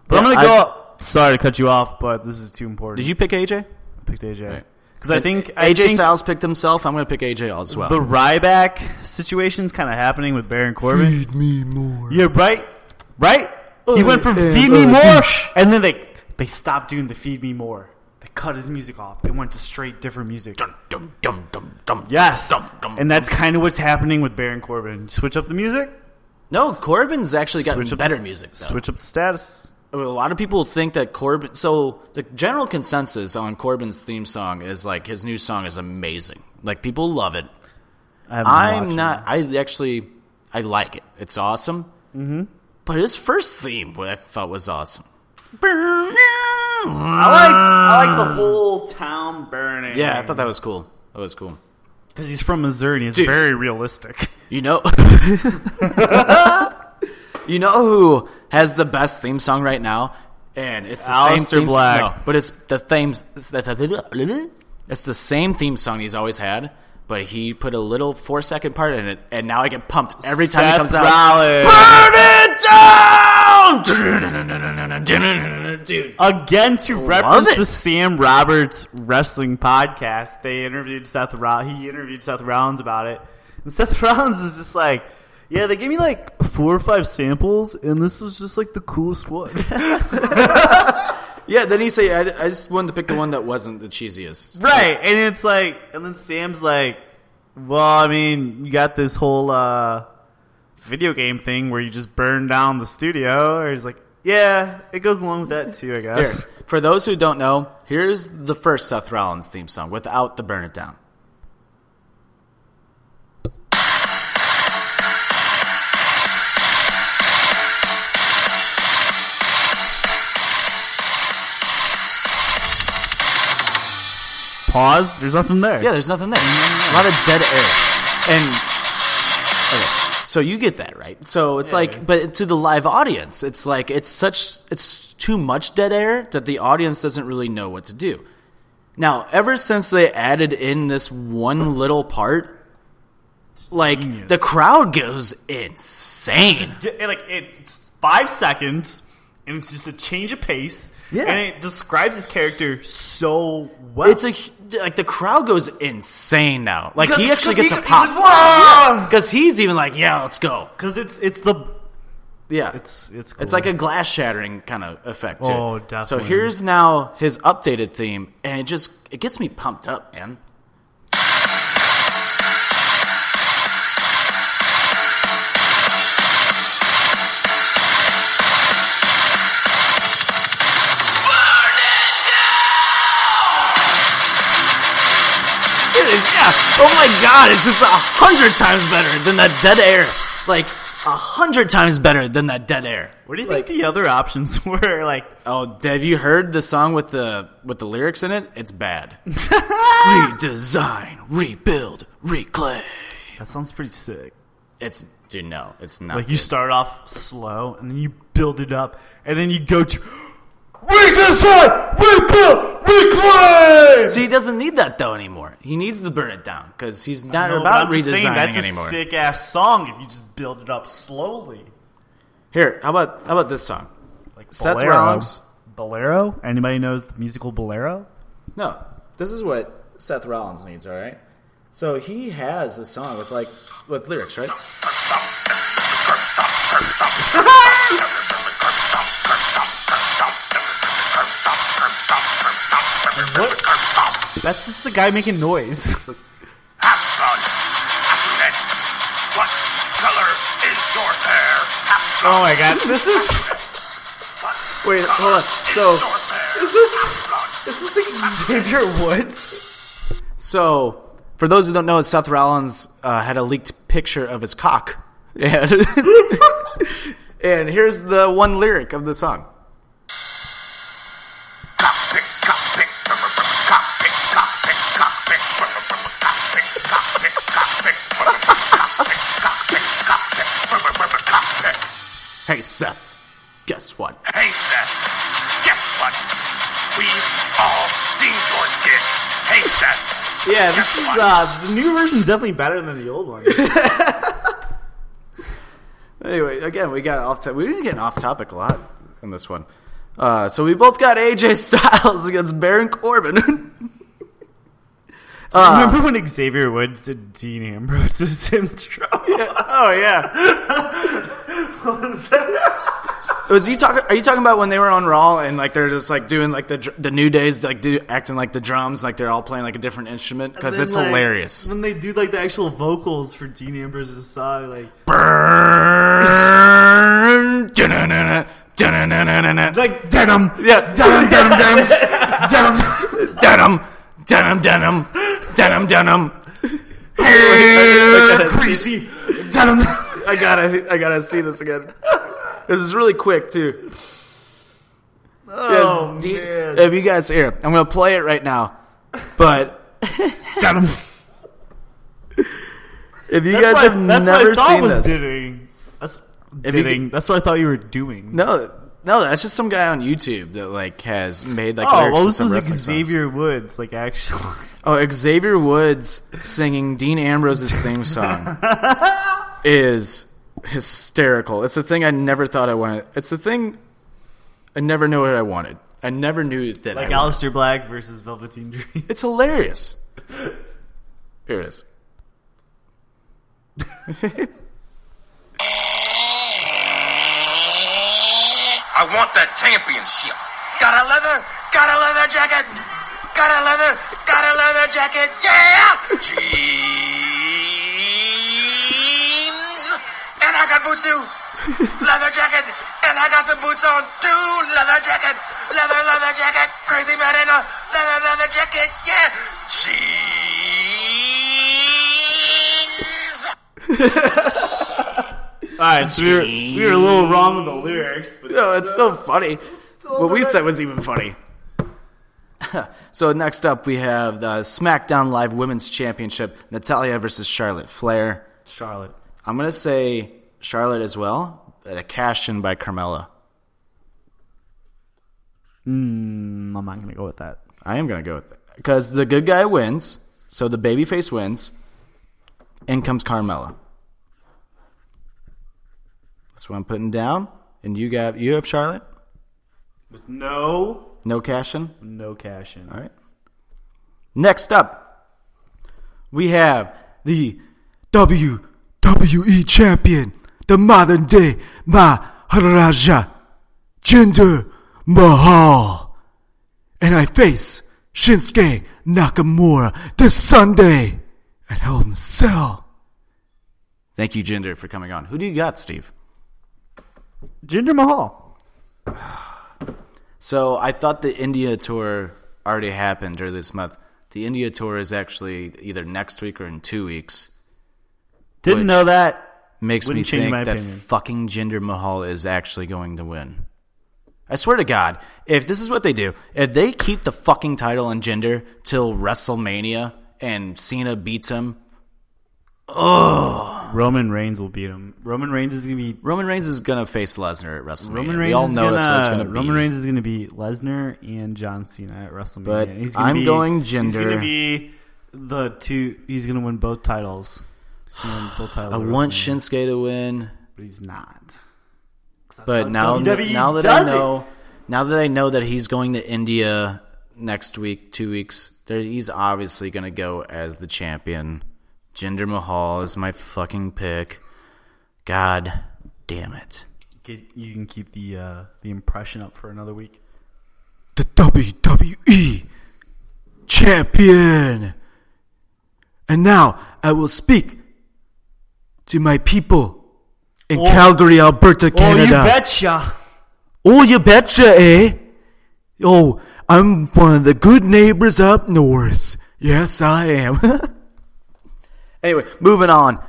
but I'm
yeah,
gonna go.
I-
up- Sorry to cut you off, but this is too important.
did you pick AJ?
I picked AJ?
Right.
Because I think I
AJ
think
Styles picked himself. I'm going to pick AJ as well.
the Ryback situation's kind of happening with Baron Corbin.
Feed me more.
Yeah, right, right. he
Uh,
went from
uh,
"Feed Me
uh,
More,"
douche.
and then they they stopped doing the "Feed Me More." They cut his music off and went to straight different music.
Dum dum dum dum.
Yes,
dum,
and that's kind of what's happening with Baron Corbin. Switch up the music,
No, Corbin's actually got
Switch up
better
the,
music. Though.
Switch up the status.
a lot of people think that Corbin. So the general consensus on Corbin's theme song is like his new song is amazing. Like people love it.
I haven't been
I'm
watching.
not. I actually I like it. It's awesome. Mm-hmm. But his first theme what I thought was awesome.
I like I like the whole town burning.
Yeah, I thought that was cool. That was cool.
because he's from Missouri. and It's
Dude.
very realistic.
You know. you know who has the best theme song right now, and it's the
Aleister
same theme
Black.
song. No, but it's the themes. It's the, it's the same theme song he's always had, but he put a little four second part in it, and now I get pumped every time
Seth
it comes out.
Rollins.
Burn it down, dude.
Again, to reference
it.
the Sam Roberts wrestling podcast, they interviewed Seth Rollins. He interviewed Seth Rollins about it, and Seth Rollins is just like, "Yeah, they gave me like four or five samples, and this was just like the coolest one."
Yeah, then he say, I, "I just wanted to pick the one that wasn't the cheesiest."
right, and it's like, and then Sam's like, "Well, I mean, you got this whole uh, video game thing where you just burn down the studio," or he's like, "Yeah, it goes along with that too, I
Here,
guess."
for those who don't know, here's the first Seth Rollins theme song without the "Burn It Down."
Pause. There's nothing there.
Yeah, there's nothing there. A lot of dead air. And okay, so you get that right. So it's like, but to the live audience, it's like it's such it's too much dead air that the audience doesn't really know what to do. Now, ever since they added in this one little part, like
Genius.
the crowd goes insane.
J- it, like it's five seconds and it's just a change of pace
Yeah.
and it describes his character so well
It's a hu- like the crowd goes insane now. Like
Because-
he actually
because
gets a
he's- he's like,
pop
"Whoa!"
because he's even like, yeah, let's go.
because it's it's the
Yeah,
it's it's
It's like a glass shattering kind of effect. to it.
Oh, definitely.
So here's now his updated theme, and it just it gets me pumped up, man. It is, yeah. Oh my god, it's just a hundred times better than that dead air. Like a hundred times better than that dead air.
what do you think the other options were like
Oh, have you heard the song with the with the lyrics in it? It's bad. Redesign, rebuild, reclaim.
that sounds pretty sick
It's dude, no, it's not.
like you start off slow and then you build it up and then you go to redesign rebuild reclaim
so he doesn't need that though anymore. He needs to burn it down because he's not
No, but
about
I'm just
redesigning
saying, that's
anymore.
a sick ass song if you just build it up slowly
Here, how about how about this song?
like
Seth
Bolero.
Rollins.
Bolero. Anybody knows the musical Bolero?
No, this is what Seth Rollins needs. All right, so he has a song with like with lyrics, right?
That's just the guy making noise.
Have fun. Then, what color is your hair? Have fun.
oh my god, this is
Wait, hold on. So
Your hair.
is this is this Xavier Woods?
So, for those who don't know, Seth Rollins uh, had a leaked picture of his cock. And, and here's the one lyric of the song.
Cockpit, cockpit, cockpit, cockpit, cockpit, cockpit, cockpit, cockpit, cockpit, cockpit, cockpit.
Hey, Seth, guess what?
Hey Seth, guess what? We've all seen your dick. Hey Seth,
Yeah, this is uh the new version's definitely better than the old one.
Anyway, again, we got off. To- we didn't get off topic a lot in this one. Uh, so we both got AJ Styles against Baron Corbin.
Remember when Xavier Woods did Dean Oh, Ambrose's intro?
oh yeah. Was he talking? Are you talking about when they were on Raw and like they're just like doing like the dr- the New Days like do acting like the drums like they're all playing like a different instrument because
Then,
it's
like,
hilarious.
when they do like the actual vocals for Dean Ambrose's song. Like,
Burn. Dun-dun-dun-dun. Dun-dun-dun-dun-dun.
Like,
denim. Yeah, denim, denim, denim, denim, denim, denim, denim, denim, denim. Hair greasy. Denim. I gotta, I gotta see this again. This is really quick too.
oh
Do you-
man,
If you guys here, I'm gonna play it right now. But if you guys have never seen this,
doing. That's
you
doing. That's what I thought you were doing.
no, no, that's just some guy on YouTube that like has made like.
oh
lyrics
well,
to
this
some
is
wrestling songs.
Xavier Woods. Like, actually,
Oh, Xavier Woods singing Dean Ambrose's theme song is hysterical. It's the thing I never thought I wanted. It's the thing I never knew what I wanted. I never knew that.
like
I wanted.
Aleister Black versus Velveteen Dream.
It's hilarious. Here it is.
I want that championship. Got a leather, got a leather jacket, got a leather, got a leather jacket, yeah! Jeans! And I got boots too! Leather jacket, and I got some boots on too! Leather jacket, leather, leather jacket, crazy man in a leather, leather jacket, yeah! Jeans!
All right, so we were, we were a little wrong with the lyrics, but
No, Oh, it's so funny.
still
what we
good.
said was even funny. so next up, we have the SmackDown Live Women's Championship: Natalia versus Charlotte Flair.
Charlotte.
I'm gonna say Charlotte as well, but a cash in by Carmella.
Mm, I'm not gonna go with that.
I am gonna go with that because the good guy wins, so the babyface wins. In comes Carmella. That's what I'm putting down. And you got you have Charlotte.
With no,
No cash in.
no cash in.
All right. Next up, we have the
WWE E champion, the modern day Maharaja Jinder Mahal. And I face Shinsuke Nakamura this Sunday at Hell in a Cell.
thank you, Gender, for coming on. Who do you got, Steve?
Jinder Mahal.
So I thought the India tour already happened earlier this month. The India tour is actually either next week or in two weeks.
Didn't
Which-
know that.
Makes
Wouldn't
me
change
think
my
that
opinion.
fucking Jinder Mahal is actually going to win. I swear to God, if this is what they do, if they keep the fucking title on Jinder till WrestleMania and Cena beats him,
Roman Reigns will beat him. Roman Reigns is gonna be
Roman Reigns is gonna face Lesnar at WrestleMania.
Roman
we
Reigns.
all
is
know
gonna,
that's what it's gonna be.
Roman Reigns is gonna be Lesnar and John Cena at WrestleMania.
But
And he's gonna
I'm
be,
going
He's gonna
Jinder.
be the two. He's gonna win both titles. He's gonna win both titles.
I want Shinsuke to win,
but he's not. 'Cause that's
but
how
now
WWE
now that I
E does it.
know, now that I know that he's going to India next week, two weeks, there, he's obviously gonna go as the champion. Jinder Mahal is my fucking pick. God damn it!
Get- you can keep the uh, the impression up for another week.
the WWE champion. And now I will speak to my people in Calgary, Alberta, Canada.
betcha.
Oh, you betcha, eh? Oh, I'm one of the good neighbors up north. Yes, I am.
Anyway, moving on.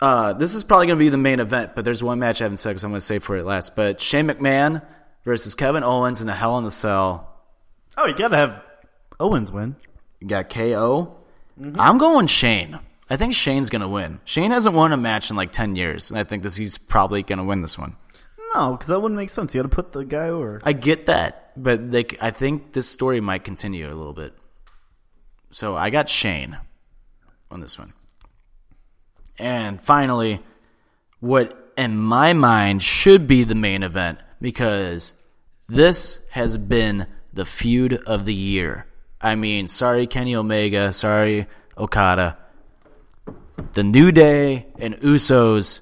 Uh, this is probably going to be the main event, but there's one match I haven't said because I'm going to save for it last. But Shane McMahon versus Kevin Owens in the Hell in the Cell.
Oh, you gotta have Owens win.
You got KO. I'm going Shane. I think Shane's going to win. Shane hasn't won a match in like 10 years, and I think this he's probably going to win this one.
No, because that wouldn't make sense. You gotta put the guy over.
I get that, but they, I think this story might continue a little bit. So I got Shane on this one. And finally, what in my mind should be the main event because this has been the feud of the year. I mean, sorry Kenny Omega, sorry Okada. The New Day and Usos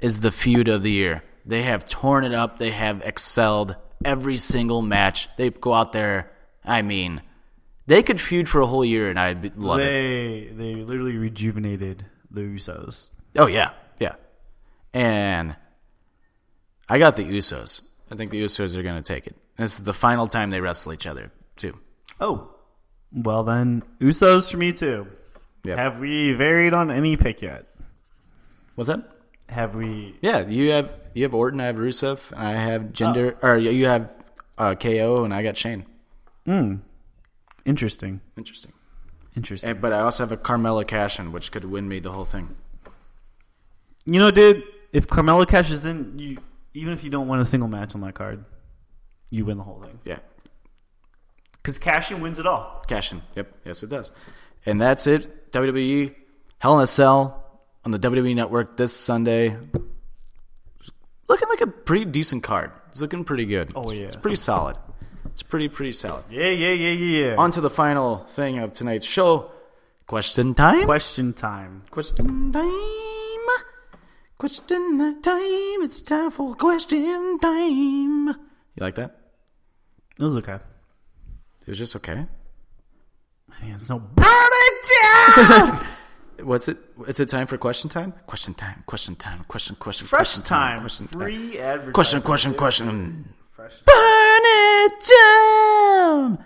is the feud of the year. They have torn it up. They have excelled every single match. They go out there. I mean, they could feud for a whole year, and I'd be- love it.
They they literally rejuvenated the Usos.
Oh yeah, yeah. And I got the Usos. I think the Usos are going to take it. This is the final time they wrestle each other too.
Oh, well then, Usos for me too.
Yep.
Have we varied on any pick yet?
What's that?
Have we?
Yeah, you have you have Orton, I have Rusev, and I have Gender, or you have uh, KO, and I got Shane.
Interesting.
Interesting.
Interesting.
And, but I also have a Carmella Cashin, which could win me the whole thing.
You know, dude, if Carmelo cashes in, you even if you don't win a single match on that card, you win the whole thing.
Yeah,
Because cashing wins it all.
Cashin. Yep. Yes, it does. And that's it. WWE Hell in a Cell on the WWE Network this Sunday. Looking like a pretty decent card. It's looking pretty good.
Oh, yeah.
It's pretty solid. It's pretty pretty solid.
Yeah, yeah, yeah, yeah, yeah.
On to the final thing of tonight's show. Question time.
question time.
Question time. Question time. It's time for question time. You like that?
It was okay.
It was just okay.
Man, it's no burn it down.
What's it? Is it time for question time? Question time. Question time. Question. Question.
Fresh
question
time.
Question. time.
Free advertising.
Question. Question. Question. Burn it down.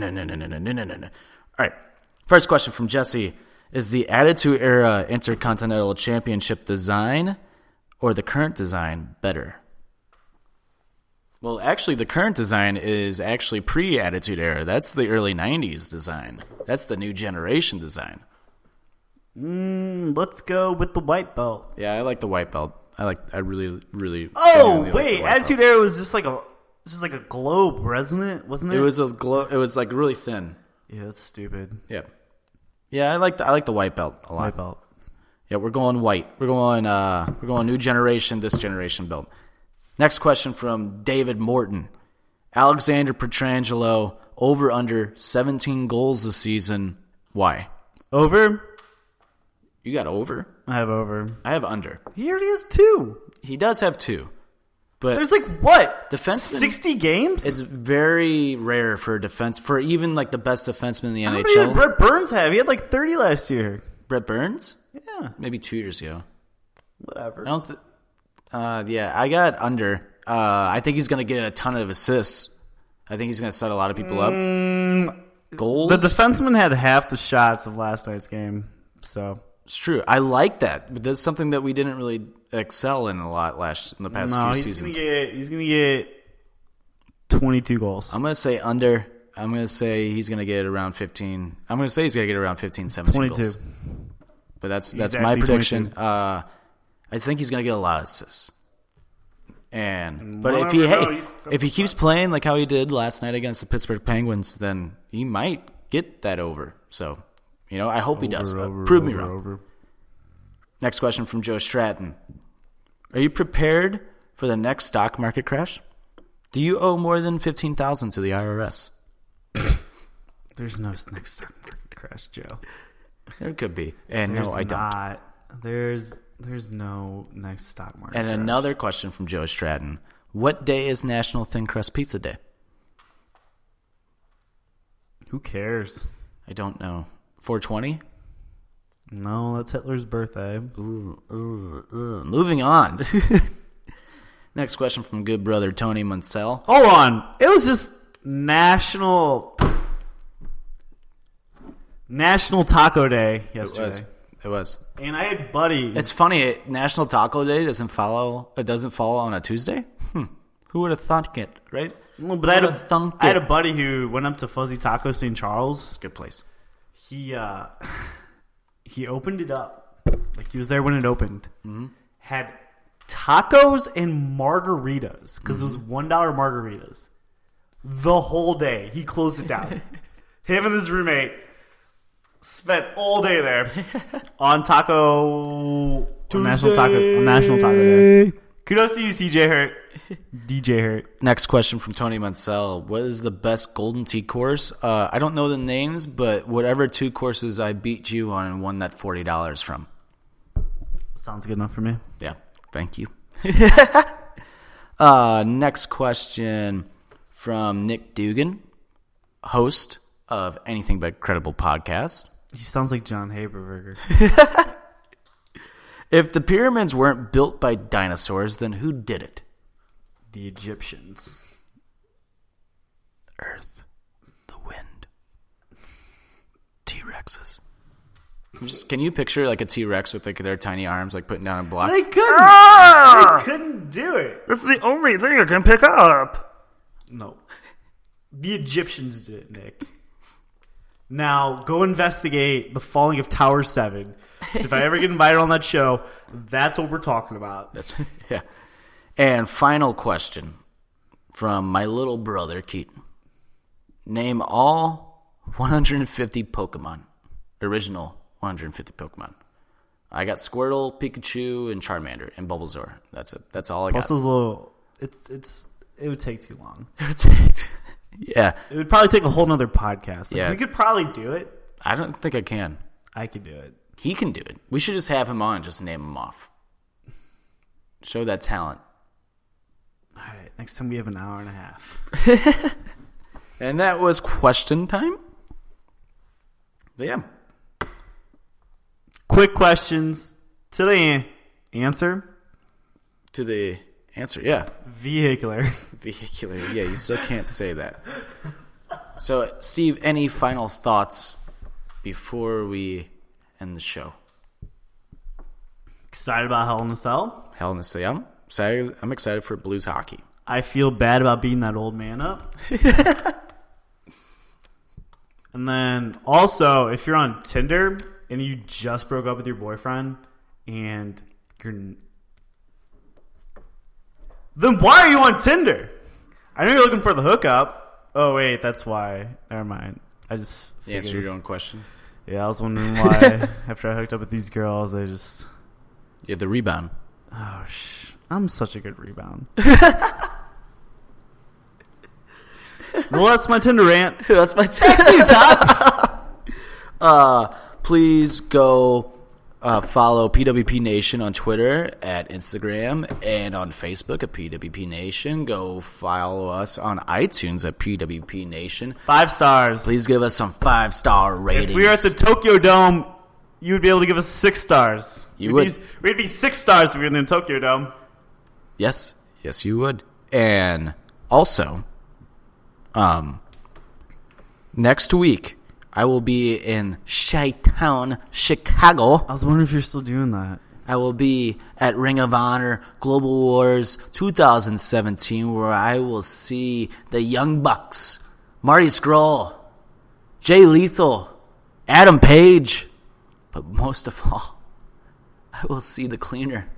Dun-dun-dun-dun-dun-dun-dun-dun-dun. All right. First question from Jesse: Is the Attitude Era Intercontinental Championship design or the current design better? Well, actually, the current design is actually pre-Attitude Era. That's the early '90s design. That's the new generation design.
Let's go with the white belt.
Yeah, I like the white belt. I like. I really, really.
Oh
genuinely like the
wait,
white
Attitude Era was just like a just like a globe, wasn't it? Wasn't it?
belt. It was a glow. It was like really thin.
Yeah, that's stupid.
Yeah. Yeah, I like the I like the white belt a lot.
White belt.
Yeah, we're going white. We're going uh we're going new generation, this generation belt. Next question from David Morton. Alexander Petrangelo over under 17 goals this season. Why?
Over.
You got over.
I have over.
I have under.
He already has two.
He does have two. But
There's like what
defensemen
sixty games.
It's very rare for a defense, for even like the best defenseman in the
How many
NHL.
did Brett Burns have? He had like thirty last year.
Brett Burns,
Yeah,
maybe two years ago. I
whatever.
don't. Th- uh, yeah, I got under. Uh, I think he's gonna get a ton of assists. I think he's gonna set a lot of people up. Goals.
Mm. The defenseman had half the shots of last night's game. So
it's true. I like that. But that's something that we didn't really excel in a lot last in the past
no,
few
he's
seasons.
gonna get he's gonna get twenty two goals.
I'm gonna say under. I'm gonna say he's gonna get around 15. I'm gonna say he's gonna get around 15, 17
Twenty two.
goals. But that's that's
Exactly,
my prediction. Uh, I think he's gonna get a lot of assists. And but if he
whatever, no,
hey,
he's-
if he keeps playing like how he did last night against the Pittsburgh Penguins, then he might get that over. So you know, I hope he does. Uh, Prove me wrong. Next question from Joe Stratton: Are you prepared for the next stock market crash? Do you owe more than fifteen thousand to the IRS?
There's no next stock market crash, Joe.
There could be, and
There's
no, I don't.
not. There's there's no next stock market.
And
crash.
another question from Joe Stratton. What day is National Thin Crust Pizza Day?
Who cares?
I don't know. 420?
No, that's Hitler's birthday.
Moving on. Next question from good brother Tony Munsell.
Hold on. It was just national National Taco Day
It
yesterday.
was. It was.
And I had buddy.
It's funny. it- National Taco Day doesn't follow. It doesn't fall on a Tuesday. Hmm. Who would have thunk it? Right.
but I had,
would've
a,
thunked
I had
it.
a buddy who went up to Fuzzy Taco St. Charles.
Good place.
He uh he opened it up. Like he was there when it opened. Had tacos and margaritas because it was one dollar margaritas. The whole day he closed it down. Him and his roommate spent all day there on Taco on National Taco on National Taco Day. Kudos to you, CJ Hurt, DJ Hurt.
Next question from Tony Munsell. What is the best Golden Tee course? Uh, I don't know the names, but whatever two courses I beat you on and won that $40 from.
Sounds good enough for me.
Yeah. Thank you. Uh, next question from Nick Dugan, host of Anything But Credible podcast.
He sounds like John Haberberger.
If the pyramids weren't built by dinosaurs, then who did it?
the Egyptians.
Earth, the wind, T Rexes. Can you picture like a T Rex with like their tiny arms like putting down a block?
They couldn't. They couldn't do it.
That's Ah! the only thing I can pick up.
No. The Egyptians did it, Nick. Now go investigate the falling of Tower Seven. 'Cause if I ever get invited on that show, that's what we're talking about.
That's yeah. And final question from my little brother Keaton. Name all 150 Pokemon. Original 150 Pokemon. I got Squirtle, Pikachu, and Charmander, and Bulbasaur. That's it. That's all I
Plus, those little. It's it's it would take too long.
got. yeah,
It would probably take a whole nother podcast. Like,
Yeah.
we could probably do it.
I don't think I can.
I could do it.
He can do it. We should just have him on. Just name him off. Show that talent.
All right, next time we have an hour and a half.
And that was question time. But yeah.
Quick questions to the an- answer.
to the answer. Yeah,
Vehicular.
vehicular. Yeah, you still can't say that. So, Steve, any final thoughts before we end the show?
Excited about Hell in a Cell.
Hell in a Cell. I'm excited. I'm excited for Blues hockey.
I feel bad about beating that old man up. and then also, if you're on Tinder and you just broke up with your boyfriend and you're. n- Then why are you on Tinder? I know you're looking for the hookup. Oh, wait, that's why. Never mind. I just.
The answer to
figured-
your own question.
Yeah, I was wondering why after I hooked up with these girls, they just.
Yeah, the rebound.
Oh, sh- I'm such a good rebound. well, that's my Tinder rant.
That's my taxi top. uh, please go uh, follow PWP Nation on Twitter, at Instagram, and on Facebook at PWP Nation. Go follow us on iTunes at PWP Nation.
Five stars.
Please give us some five star ratings.
If we were at the Tokyo Dome, you would be able to give us six stars.
You
We'd
would.
Be, we'd be six stars if we were in the Tokyo Dome.
yes, yes, you would. And also, um, next week I will be in Chi Town, Chicago.
I was wondering if you're still doing that.
I will be at Ring of Honor Global Wars 2017, where I will see the Young Bucks, Marty Scroll, Jay Lethal, Adam Page, but most of all, I will see the cleaner,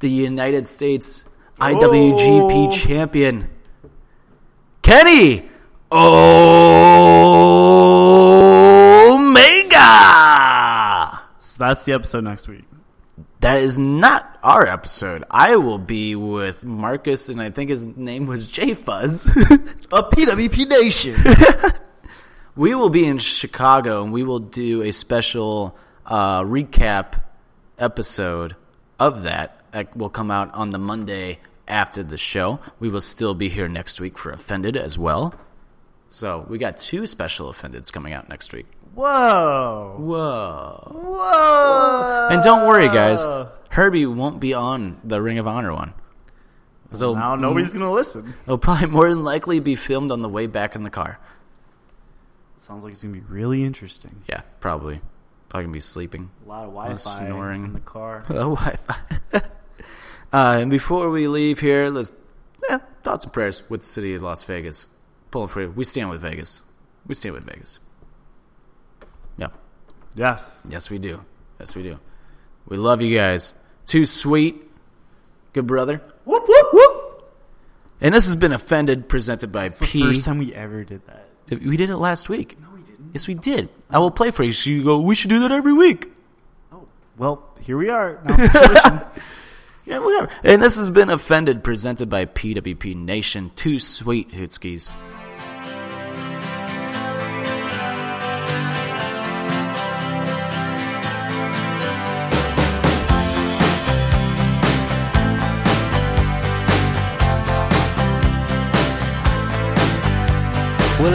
the United States IWGP
Oh.
champion, Kenny Omega.
So that's the episode next week.
That is not our episode. I will be with Marcus, and I think his name was Jay Fuzz.
A PWP Nation.
we will be in Chicago, and we will do a special uh, recap episode of that that will come out on the Monday after the show. We will still be here next week for Offended as well. So we got two special Offendeds coming out next week.
Whoa.
Whoa.
Whoa.
And don't worry, guys.
Ah.
Herbie won't be on the Ring of Honor one. So
Now nobody's going to listen.
It'll probably more than likely be filmed on the way back in the car.
Sounds like it's going to be really interesting.
Yeah, probably. Probably gonna be sleeping.
A lot of Wi-Fi
snoring.
in the car.
Hello, Wi-Fi. uh, and before we leave here, let's eh, thoughts and prayers with the city of Las Vegas. Pulling for you. We stand with Vegas. We stand with Vegas. Yeah.
Yes.
Yes, we do. Yes, we do. We love you guys. Too sweet. Good brother.
Whoop whoop whoop.
And this has been Offended, presented by
It's the
P.
first time we ever did that.
We did it last week.
No, we didn't.
Yes, we did. I will play for you. So you go, we should do that every week.
Well, here we are. Now it's a tradition.
Yeah, whatever. And this has been Offended, presented by PWP Nation. Too sweet, Hootskis.
Well,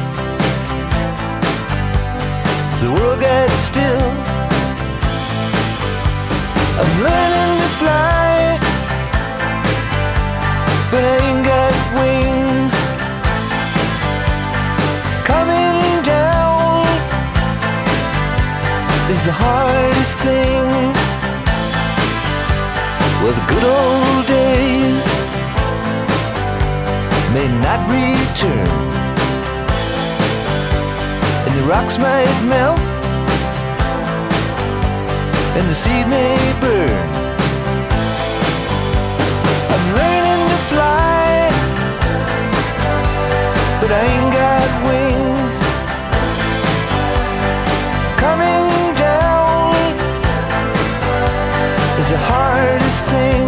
The world got still. I'm learning to fly, but I ain't got wings. Coming down is the hardest thing. Well, the good old days may not return and the rocks might melt, and the seed may burn. I'm learning to fly, but I ain't got wings. Coming down is the hardest thing.